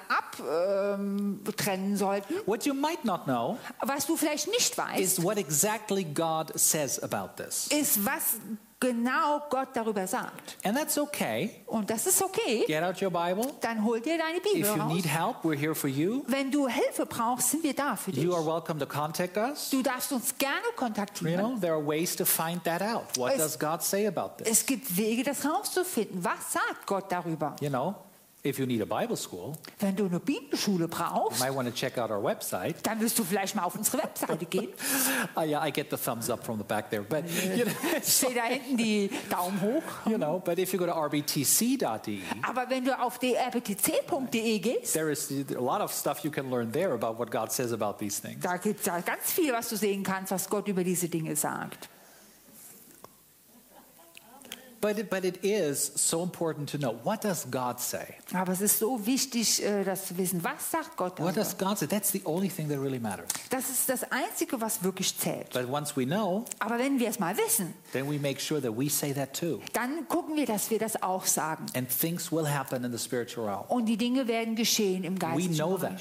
[SPEAKER 2] abtrennen ähm, trennen sollten.
[SPEAKER 1] What you might not know
[SPEAKER 2] Was du vielleicht nicht weißt,
[SPEAKER 1] is what exactly God says about this.
[SPEAKER 2] ist, was genau Gott darüber sagt.
[SPEAKER 1] And that's okay.
[SPEAKER 2] Und das ist okay.
[SPEAKER 1] Get out your Bible.
[SPEAKER 2] Dann hol dir deine Bibel
[SPEAKER 1] If you
[SPEAKER 2] raus.
[SPEAKER 1] need help, we're here for you.
[SPEAKER 2] Wenn du Hilfe brauchst, sind wir da für dich.
[SPEAKER 1] You are welcome to contact us.
[SPEAKER 2] Du darfst uns gerne
[SPEAKER 1] You
[SPEAKER 2] kontaktieren.
[SPEAKER 1] know, there are ways to find that out. What
[SPEAKER 2] Es-
[SPEAKER 1] does God say about this?
[SPEAKER 2] Es gibt Wege, das rauszufinden. Was sagt Gott darüber?
[SPEAKER 1] You know, if you need a Bible school,
[SPEAKER 2] Wenn du eine Bibelschule
[SPEAKER 1] you
[SPEAKER 2] brauchst,
[SPEAKER 1] might want to check out our website.
[SPEAKER 2] dann wirst du vielleicht mal auf unsere Webseite gehen.
[SPEAKER 1] Uh, yeah, I get the thumbs up from the back there, but you know,
[SPEAKER 2] Steht da hinten die Daumen hoch.
[SPEAKER 1] you know, but if you go to rbtc.de,
[SPEAKER 2] Aber wenn du auf drbtc.de e gehst,
[SPEAKER 1] E, there is a lot of stuff you can learn there about what God says about these things.
[SPEAKER 2] da gibt es ja ganz viel, was du sehen kannst, was Gott über diese Dinge sagt.
[SPEAKER 1] But it, but it is so important to know what does God say?
[SPEAKER 2] Aber es ist so wichtig, äh, das zu wissen. Was sagt Gott
[SPEAKER 1] What
[SPEAKER 2] darüber?
[SPEAKER 1] does God say? That's the only thing that really matters.
[SPEAKER 2] Das ist das Einzige, was wirklich zählt.
[SPEAKER 1] But once we know,
[SPEAKER 2] Aber wenn wir es mal wissen,
[SPEAKER 1] then we make sure that we say that too.
[SPEAKER 2] dann gucken wir, dass wir das auch sagen.
[SPEAKER 1] And things will happen in the spiritual realm.
[SPEAKER 2] Und die Dinge werden geschehen im Geist.
[SPEAKER 1] We know that.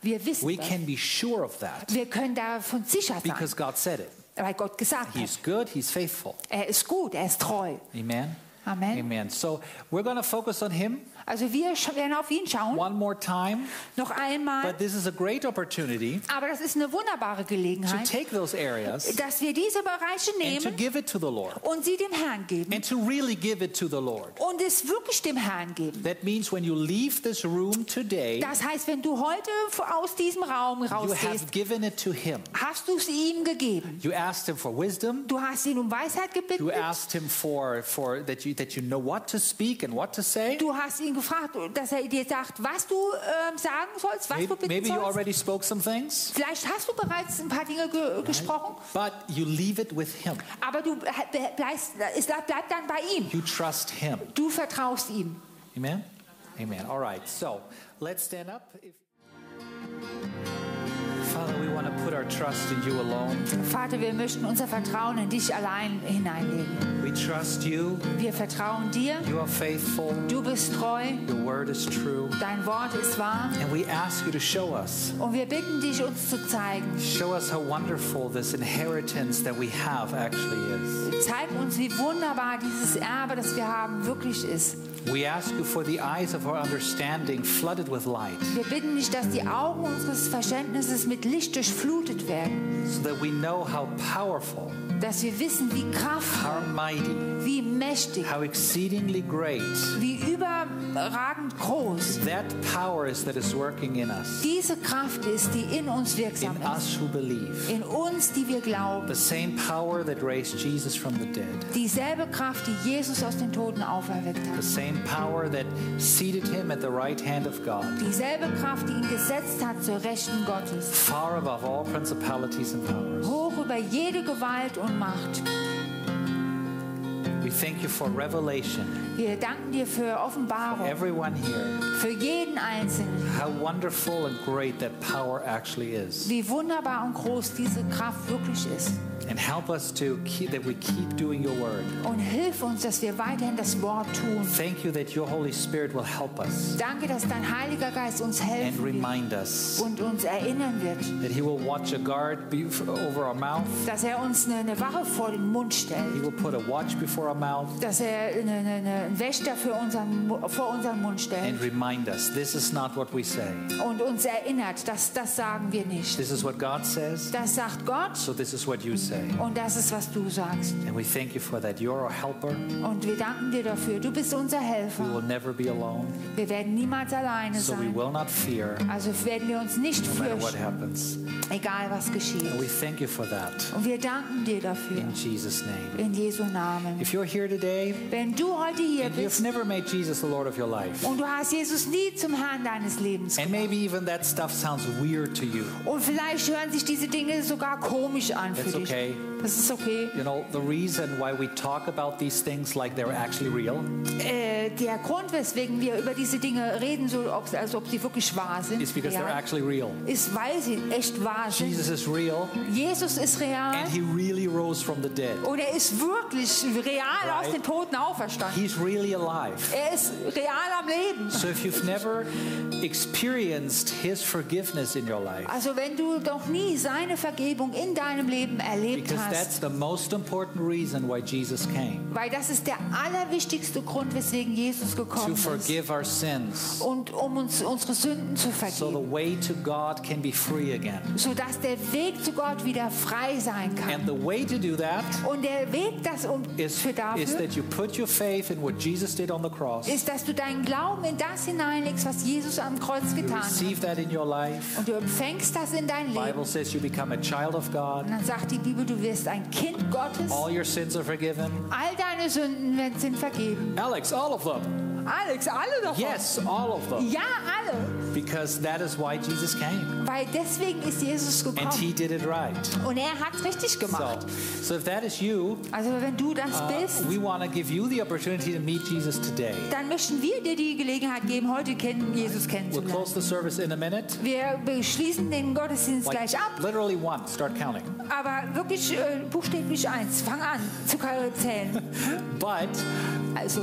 [SPEAKER 2] Wir wissen
[SPEAKER 1] We
[SPEAKER 2] das.
[SPEAKER 1] can be sure of that
[SPEAKER 2] Wir können davon sicher sein,
[SPEAKER 1] because God said it.
[SPEAKER 2] weil Gott gesagt hat,
[SPEAKER 1] He's good, he's faithful.
[SPEAKER 2] er ist gut, er ist treu.
[SPEAKER 1] Amen.
[SPEAKER 2] Amen.
[SPEAKER 1] Amen. So we're going to focus on him
[SPEAKER 2] Also wir sch- werden auf ihn schauen,
[SPEAKER 1] one more time,
[SPEAKER 2] noch einmal.
[SPEAKER 1] but this is a great opportunity
[SPEAKER 2] Aber das ist eine wunderbare
[SPEAKER 1] to
[SPEAKER 2] Gelegenheit,
[SPEAKER 1] take those areas
[SPEAKER 2] dass wir diese Bereiche
[SPEAKER 1] and to
[SPEAKER 2] nehmen
[SPEAKER 1] give it to the Lord
[SPEAKER 2] und sie dem Herrn geben
[SPEAKER 1] and to really give it to the Lord.
[SPEAKER 2] und es wirklich dem Herrn geben.
[SPEAKER 1] That means when you leave this room today,
[SPEAKER 2] Das heißt, wenn du heute aus diesem Raum
[SPEAKER 1] you
[SPEAKER 2] rausgehst,
[SPEAKER 1] have given it to him.
[SPEAKER 2] hast du es ihm gegeben.
[SPEAKER 1] You asked him for wisdom.
[SPEAKER 2] Du hast ihn um Weisheit
[SPEAKER 1] You
[SPEAKER 2] gebeten.
[SPEAKER 1] asked him for, for that, you, that you know what to speak and what to say.
[SPEAKER 2] Du hast ihn gefragt, dass er dir sagt, was du ähm, sagen sollst, was
[SPEAKER 1] Maybe,
[SPEAKER 2] du bitten
[SPEAKER 1] maybe you
[SPEAKER 2] sollst.
[SPEAKER 1] already spoke some things,
[SPEAKER 2] Vielleicht hast du bereits ein paar Dinge ge gesprochen,
[SPEAKER 1] but you leave it with him.
[SPEAKER 2] aber du be- bleibst, es bleibt bleib dann bei ihm.
[SPEAKER 1] You trust him.
[SPEAKER 2] Du vertraust ihm.
[SPEAKER 1] Amen? Amen. All right. So let's stand up. If... Father, we want to put our trust in you alone.
[SPEAKER 2] Vater, wir möchten unser Vertrauen in dich allein hineinlegen.
[SPEAKER 1] We trust you.
[SPEAKER 2] Wir vertrauen dir.
[SPEAKER 1] You are faithful.
[SPEAKER 2] Du bist treu.
[SPEAKER 1] Your word is true.
[SPEAKER 2] Dein Wort ist wahr.
[SPEAKER 1] And we ask you to show us.
[SPEAKER 2] Und wir bitten dich, uns zu zeigen.
[SPEAKER 1] Show us how wonderful this inheritance that we have actually is.
[SPEAKER 2] Zeig uns, wie wunderbar dieses Erbe, das wir haben, wirklich ist.
[SPEAKER 1] We ask you for the eyes of our understanding flooded with light
[SPEAKER 2] Wir bitten dich, dass die Augen unseres Verständnisses mit Licht durchflutet werden,
[SPEAKER 1] so that we know how powerful,
[SPEAKER 2] dass wir wissen, wie
[SPEAKER 1] how
[SPEAKER 2] kraftvoll,
[SPEAKER 1] mighty,
[SPEAKER 2] wie mächtig,
[SPEAKER 1] how exceedingly great
[SPEAKER 2] wie überragend groß
[SPEAKER 1] that power is that is working in us,
[SPEAKER 2] diese Kraft ist, die in uns wirksam
[SPEAKER 1] in
[SPEAKER 2] ist.
[SPEAKER 1] us who believe.
[SPEAKER 2] In uns, die wir glauben.
[SPEAKER 1] The same power that raised Jesus from the dead,
[SPEAKER 2] Dieselbe Kraft, die Jesus aus den Toten auferweckt
[SPEAKER 1] the
[SPEAKER 2] hat.
[SPEAKER 1] same power that seated him at the right hand of God,
[SPEAKER 2] Dieselbe Kraft, die ihn gesetzt hat zur Rechten Gottes.
[SPEAKER 1] far above all principalities and powers.
[SPEAKER 2] Hoch über jede Gewalt und Macht.
[SPEAKER 1] We thank you for revelation.
[SPEAKER 2] Wir danken dir für Offenbarung,
[SPEAKER 1] Everyone here,
[SPEAKER 2] für jeden Einzelnen.
[SPEAKER 1] how wonderful and great that power actually is.
[SPEAKER 2] Wie wunderbar und groß diese Kraft wirklich ist.
[SPEAKER 1] And help us to keep that we keep doing your word.
[SPEAKER 2] Und hilf uns, dass wir weiterhin das Wort tun.
[SPEAKER 1] Thank you that your Holy Spirit will help us
[SPEAKER 2] Danke, dass dein Heiliger Geist uns
[SPEAKER 1] and
[SPEAKER 2] helfen wird
[SPEAKER 1] remind us
[SPEAKER 2] und uns erinnern wird,
[SPEAKER 1] that he will watch a guard be- over our mouth.
[SPEAKER 2] dass er uns eine, eine Wache vor den Mund stellt,
[SPEAKER 1] He will put a watch before our mouth
[SPEAKER 2] dass er eine, eine, eine einen Wächter für unseren, Mu- vor unseren Mund
[SPEAKER 1] and
[SPEAKER 2] stellt
[SPEAKER 1] remind us this is not what we say.
[SPEAKER 2] und uns erinnert, dass das sagen wir nicht.
[SPEAKER 1] This is what God says,
[SPEAKER 2] Das sagt Gott
[SPEAKER 1] so this is what you say.
[SPEAKER 2] und das ist, was du sagst.
[SPEAKER 1] And we thank you for that. You're our helper.
[SPEAKER 2] Und wir danken dir dafür. Du bist unser
[SPEAKER 1] We
[SPEAKER 2] Helfer.
[SPEAKER 1] will never be alone,
[SPEAKER 2] Wir werden niemals alleine
[SPEAKER 1] so we
[SPEAKER 2] sein.
[SPEAKER 1] will not fear
[SPEAKER 2] Also werden wir uns nicht
[SPEAKER 1] no matter what
[SPEAKER 2] fürchten,
[SPEAKER 1] happens.
[SPEAKER 2] egal was
[SPEAKER 1] And
[SPEAKER 2] geschieht.
[SPEAKER 1] we thank you for that
[SPEAKER 2] Und wir danken dir dafür.
[SPEAKER 1] in Jesus' name.
[SPEAKER 2] In Jesu Namen.
[SPEAKER 1] If you're here today
[SPEAKER 2] Wenn du heute hier
[SPEAKER 1] and you've
[SPEAKER 2] bist
[SPEAKER 1] never made Jesus the Lord of your life,
[SPEAKER 2] und du hast Jesus nie zum Herrn deines Lebens
[SPEAKER 1] and
[SPEAKER 2] gemacht
[SPEAKER 1] maybe even that stuff sounds weird to you,
[SPEAKER 2] und vielleicht hören sich diese Dinge sogar komisch an für
[SPEAKER 1] That's
[SPEAKER 2] dich.
[SPEAKER 1] okay.
[SPEAKER 2] Das ist okay.
[SPEAKER 1] you know, the reason why we talk about these things like they're actually real
[SPEAKER 2] Äh, der Grund, weswegen wir über diese Dinge reden, so ob, als ob sie wirklich wahr sind,
[SPEAKER 1] is because they're
[SPEAKER 2] real,
[SPEAKER 1] actually real.
[SPEAKER 2] ist, weil sie echt wahr sind.
[SPEAKER 1] Jesus is real,
[SPEAKER 2] Jesus ist real
[SPEAKER 1] and he really rose from the dead.
[SPEAKER 2] und er ist wirklich real
[SPEAKER 1] Right.
[SPEAKER 2] aus den Toten auferstanden.
[SPEAKER 1] He's really alive.
[SPEAKER 2] Er ist real am Leben.
[SPEAKER 1] So if you've never experienced his forgiveness in your life,
[SPEAKER 2] Also wenn du doch nie seine Vergebung in deinem Leben erlebt
[SPEAKER 1] because
[SPEAKER 2] hast,
[SPEAKER 1] that's the most important reason why Jesus came
[SPEAKER 2] Weil das ist der allerwichtigste Grund, weswegen Jesus
[SPEAKER 1] to
[SPEAKER 2] gekommen ist.
[SPEAKER 1] forgive our sins.
[SPEAKER 2] Und um uns unsere Sünden zu
[SPEAKER 1] So the
[SPEAKER 2] vergeben,
[SPEAKER 1] way to God can be free again.
[SPEAKER 2] sodass der Weg zu Gott wieder frei sein kann.
[SPEAKER 1] And the way to do that
[SPEAKER 2] Und der Weg das um,
[SPEAKER 1] is,
[SPEAKER 2] für
[SPEAKER 1] is
[SPEAKER 2] dafür
[SPEAKER 1] that you put your faith in what Jesus did on the cross. You
[SPEAKER 2] ist, dass du deinen Glauben in das hineinlegst, was Jesus am Kreuz getan hat.
[SPEAKER 1] receive that in your life.
[SPEAKER 2] Und du empfängst das in dein
[SPEAKER 1] The
[SPEAKER 2] Leben.
[SPEAKER 1] Bible says you become a child of
[SPEAKER 2] Und
[SPEAKER 1] God.
[SPEAKER 2] dann sagt die Bibel, du wirst ein Kind Gottes.
[SPEAKER 1] All your sins are forgiven.
[SPEAKER 2] All deine Sünden werden- sind vergeben.
[SPEAKER 1] Alex, all of them.
[SPEAKER 2] Alex, alle davon?
[SPEAKER 1] Yes, all of them.
[SPEAKER 2] Ja, alle.
[SPEAKER 1] Because that is why Jesus came.
[SPEAKER 2] Weil deswegen ist Jesus
[SPEAKER 1] And
[SPEAKER 2] gekommen.
[SPEAKER 1] he did it right.
[SPEAKER 2] Und er hat es richtig
[SPEAKER 1] So,
[SPEAKER 2] gemacht.
[SPEAKER 1] so if that is you,
[SPEAKER 2] Also wenn du das
[SPEAKER 1] uh,
[SPEAKER 2] bist,
[SPEAKER 1] we want to give you the opportunity to meet Jesus today.
[SPEAKER 2] dann möchten wir dir die Gelegenheit geben, heute kennen, Jesus
[SPEAKER 1] We'll
[SPEAKER 2] kennenzulernen.
[SPEAKER 1] close the service in a minute.
[SPEAKER 2] Wir beschließen den Gottesdienst
[SPEAKER 1] Like,
[SPEAKER 2] gleich ab,
[SPEAKER 1] literally one. Start counting.
[SPEAKER 2] aber wirklich äh, buchstäblich eins. Fang an zu zählen.
[SPEAKER 1] But
[SPEAKER 2] Also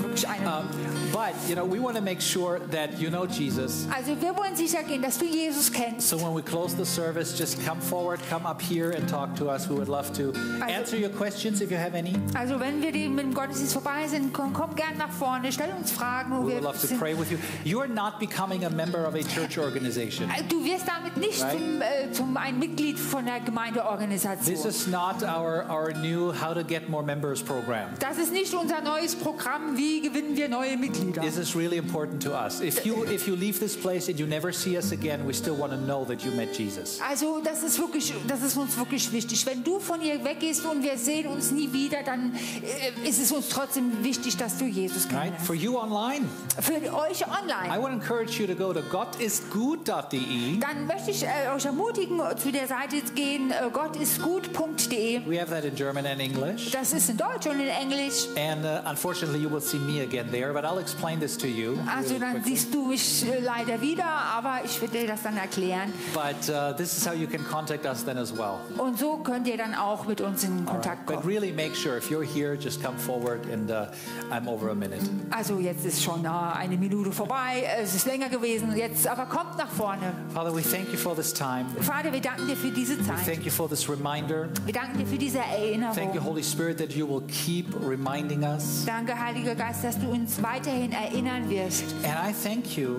[SPEAKER 2] wirklich eine
[SPEAKER 1] Um, But, you know, we want to make sure that you know Jesus.
[SPEAKER 2] Also wir wollen sicher gehen, dass du Jesus kennst.
[SPEAKER 1] So when we close the service, just come forward, come up here and talk to us. We would love to answer your questions if you have any.
[SPEAKER 2] Also wenn wir die- mit dem Gottesdienst vorbei sind, komm, komm gern nach vorne, stell uns Fragen. und
[SPEAKER 1] We
[SPEAKER 2] wir
[SPEAKER 1] would love to
[SPEAKER 2] sind-
[SPEAKER 1] pray with you. You're not becoming a member of a church organization.
[SPEAKER 2] Äh, Du wirst damit nicht
[SPEAKER 1] Right.
[SPEAKER 2] zum, äh, zum ein Mitglied von der
[SPEAKER 1] This
[SPEAKER 2] Gemeindeorganisation.
[SPEAKER 1] is not our, our new How to Get More Members program.
[SPEAKER 2] Das ist nicht unser neues Programm, wie gewinnen wir neue Mitglieder.
[SPEAKER 1] This is really important to us. If you, if you leave this place and you never see us again, we still want to know that you met Jesus.
[SPEAKER 2] Also das ist, wirklich, das ist uns wirklich wichtig. Wenn du von hier weggehst und wir sehen uns nie wieder, dann äh, ist es uns trotzdem wichtig, dass du Jesus
[SPEAKER 1] Right?
[SPEAKER 2] kennenlernst.
[SPEAKER 1] For you online,
[SPEAKER 2] Für euch
[SPEAKER 1] I
[SPEAKER 2] online,
[SPEAKER 1] would encourage you to go to gottistgut.de.
[SPEAKER 2] dann möchte ich äh, euch ermutigen, zu der Seite zu gehen, äh, gottistgut.de.
[SPEAKER 1] We have that in German and English.
[SPEAKER 2] Das ist in Deutsch und in Englisch.
[SPEAKER 1] And uh, unfortunately, you will see me again there, but I'll explain this to you.
[SPEAKER 2] Also
[SPEAKER 1] really
[SPEAKER 2] dann
[SPEAKER 1] quickly.
[SPEAKER 2] siehst du mich äh, leider wieder, aber ich werde dir das dann erklären.
[SPEAKER 1] But uh, this is how you can contact us then as well.
[SPEAKER 2] Und so könnt ihr dann auch mit uns in
[SPEAKER 1] All right?
[SPEAKER 2] Kontakt
[SPEAKER 1] But
[SPEAKER 2] kommen.
[SPEAKER 1] really make sure if you're here, just come forward and uh, I'm over a minute.
[SPEAKER 2] Also jetzt ist schon äh, eine Minute vorbei, äh, es ist länger gewesen, jetzt aber kommt nach vorne.
[SPEAKER 1] Father, we thank you for this time.
[SPEAKER 2] Vater, wir danken dir für diese Zeit.
[SPEAKER 1] Thank you for this reminder.
[SPEAKER 2] Wir danken dir für diese
[SPEAKER 1] Thank you,
[SPEAKER 2] Erinnerung.
[SPEAKER 1] Holy Spirit, that you will keep reminding us.
[SPEAKER 2] Danke, Heiliger Geist, dass du uns weiterhin erinnern wirst.
[SPEAKER 1] And I thank you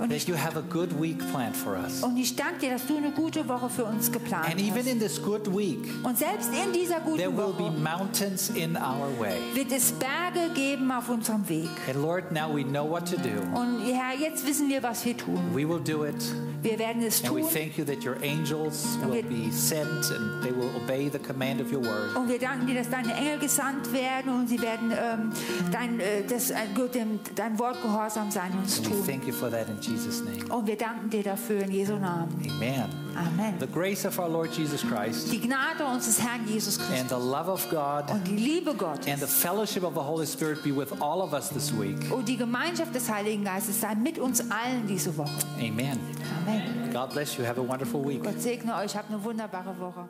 [SPEAKER 2] Und
[SPEAKER 1] that
[SPEAKER 2] ich-
[SPEAKER 1] you have a good week planned for us.
[SPEAKER 2] Und ich danke dir, dass du eine gute Woche für uns geplant
[SPEAKER 1] And even
[SPEAKER 2] hast.
[SPEAKER 1] in this good week,
[SPEAKER 2] Und selbst in dieser
[SPEAKER 1] there
[SPEAKER 2] guten
[SPEAKER 1] will be
[SPEAKER 2] Woche
[SPEAKER 1] mountains in our way.
[SPEAKER 2] wird es Berge geben auf unserem Weg.
[SPEAKER 1] And Lord, now we know what to do.
[SPEAKER 2] Und Herr, jetzt wissen wir, was wir tun.
[SPEAKER 1] We will do it.
[SPEAKER 2] Wir werden es
[SPEAKER 1] And we
[SPEAKER 2] tun.
[SPEAKER 1] thank you that your angels will
[SPEAKER 2] wir-
[SPEAKER 1] be sent and they will obey the command of your word.
[SPEAKER 2] Und wir danken dir, dass deine Engel gesandt werden und sie werden ähm, dein, äh, das, äh, Gott, dem- dein Wort gehorsam sein und es
[SPEAKER 1] And we
[SPEAKER 2] tun.
[SPEAKER 1] thank you for that in Jesus' name.
[SPEAKER 2] Und wir danken dir dafür in Jesu Namen.
[SPEAKER 1] Amen.
[SPEAKER 2] Amen.
[SPEAKER 1] The grace of our Lord Jesus Christ
[SPEAKER 2] Die Gnade unseres Herrn Jesus Christus
[SPEAKER 1] and the love of God
[SPEAKER 2] und die Liebe
[SPEAKER 1] and the
[SPEAKER 2] Gottes
[SPEAKER 1] fellowship of the Holy Spirit be with all of us this week.
[SPEAKER 2] und die Gemeinschaft des Heiligen Geistes sei mit uns allen diese Woche.
[SPEAKER 1] Amen.
[SPEAKER 2] Amen.
[SPEAKER 1] God bless you. Have a wonderful week.
[SPEAKER 2] Gott segne euch, habt eine wunderbare Woche.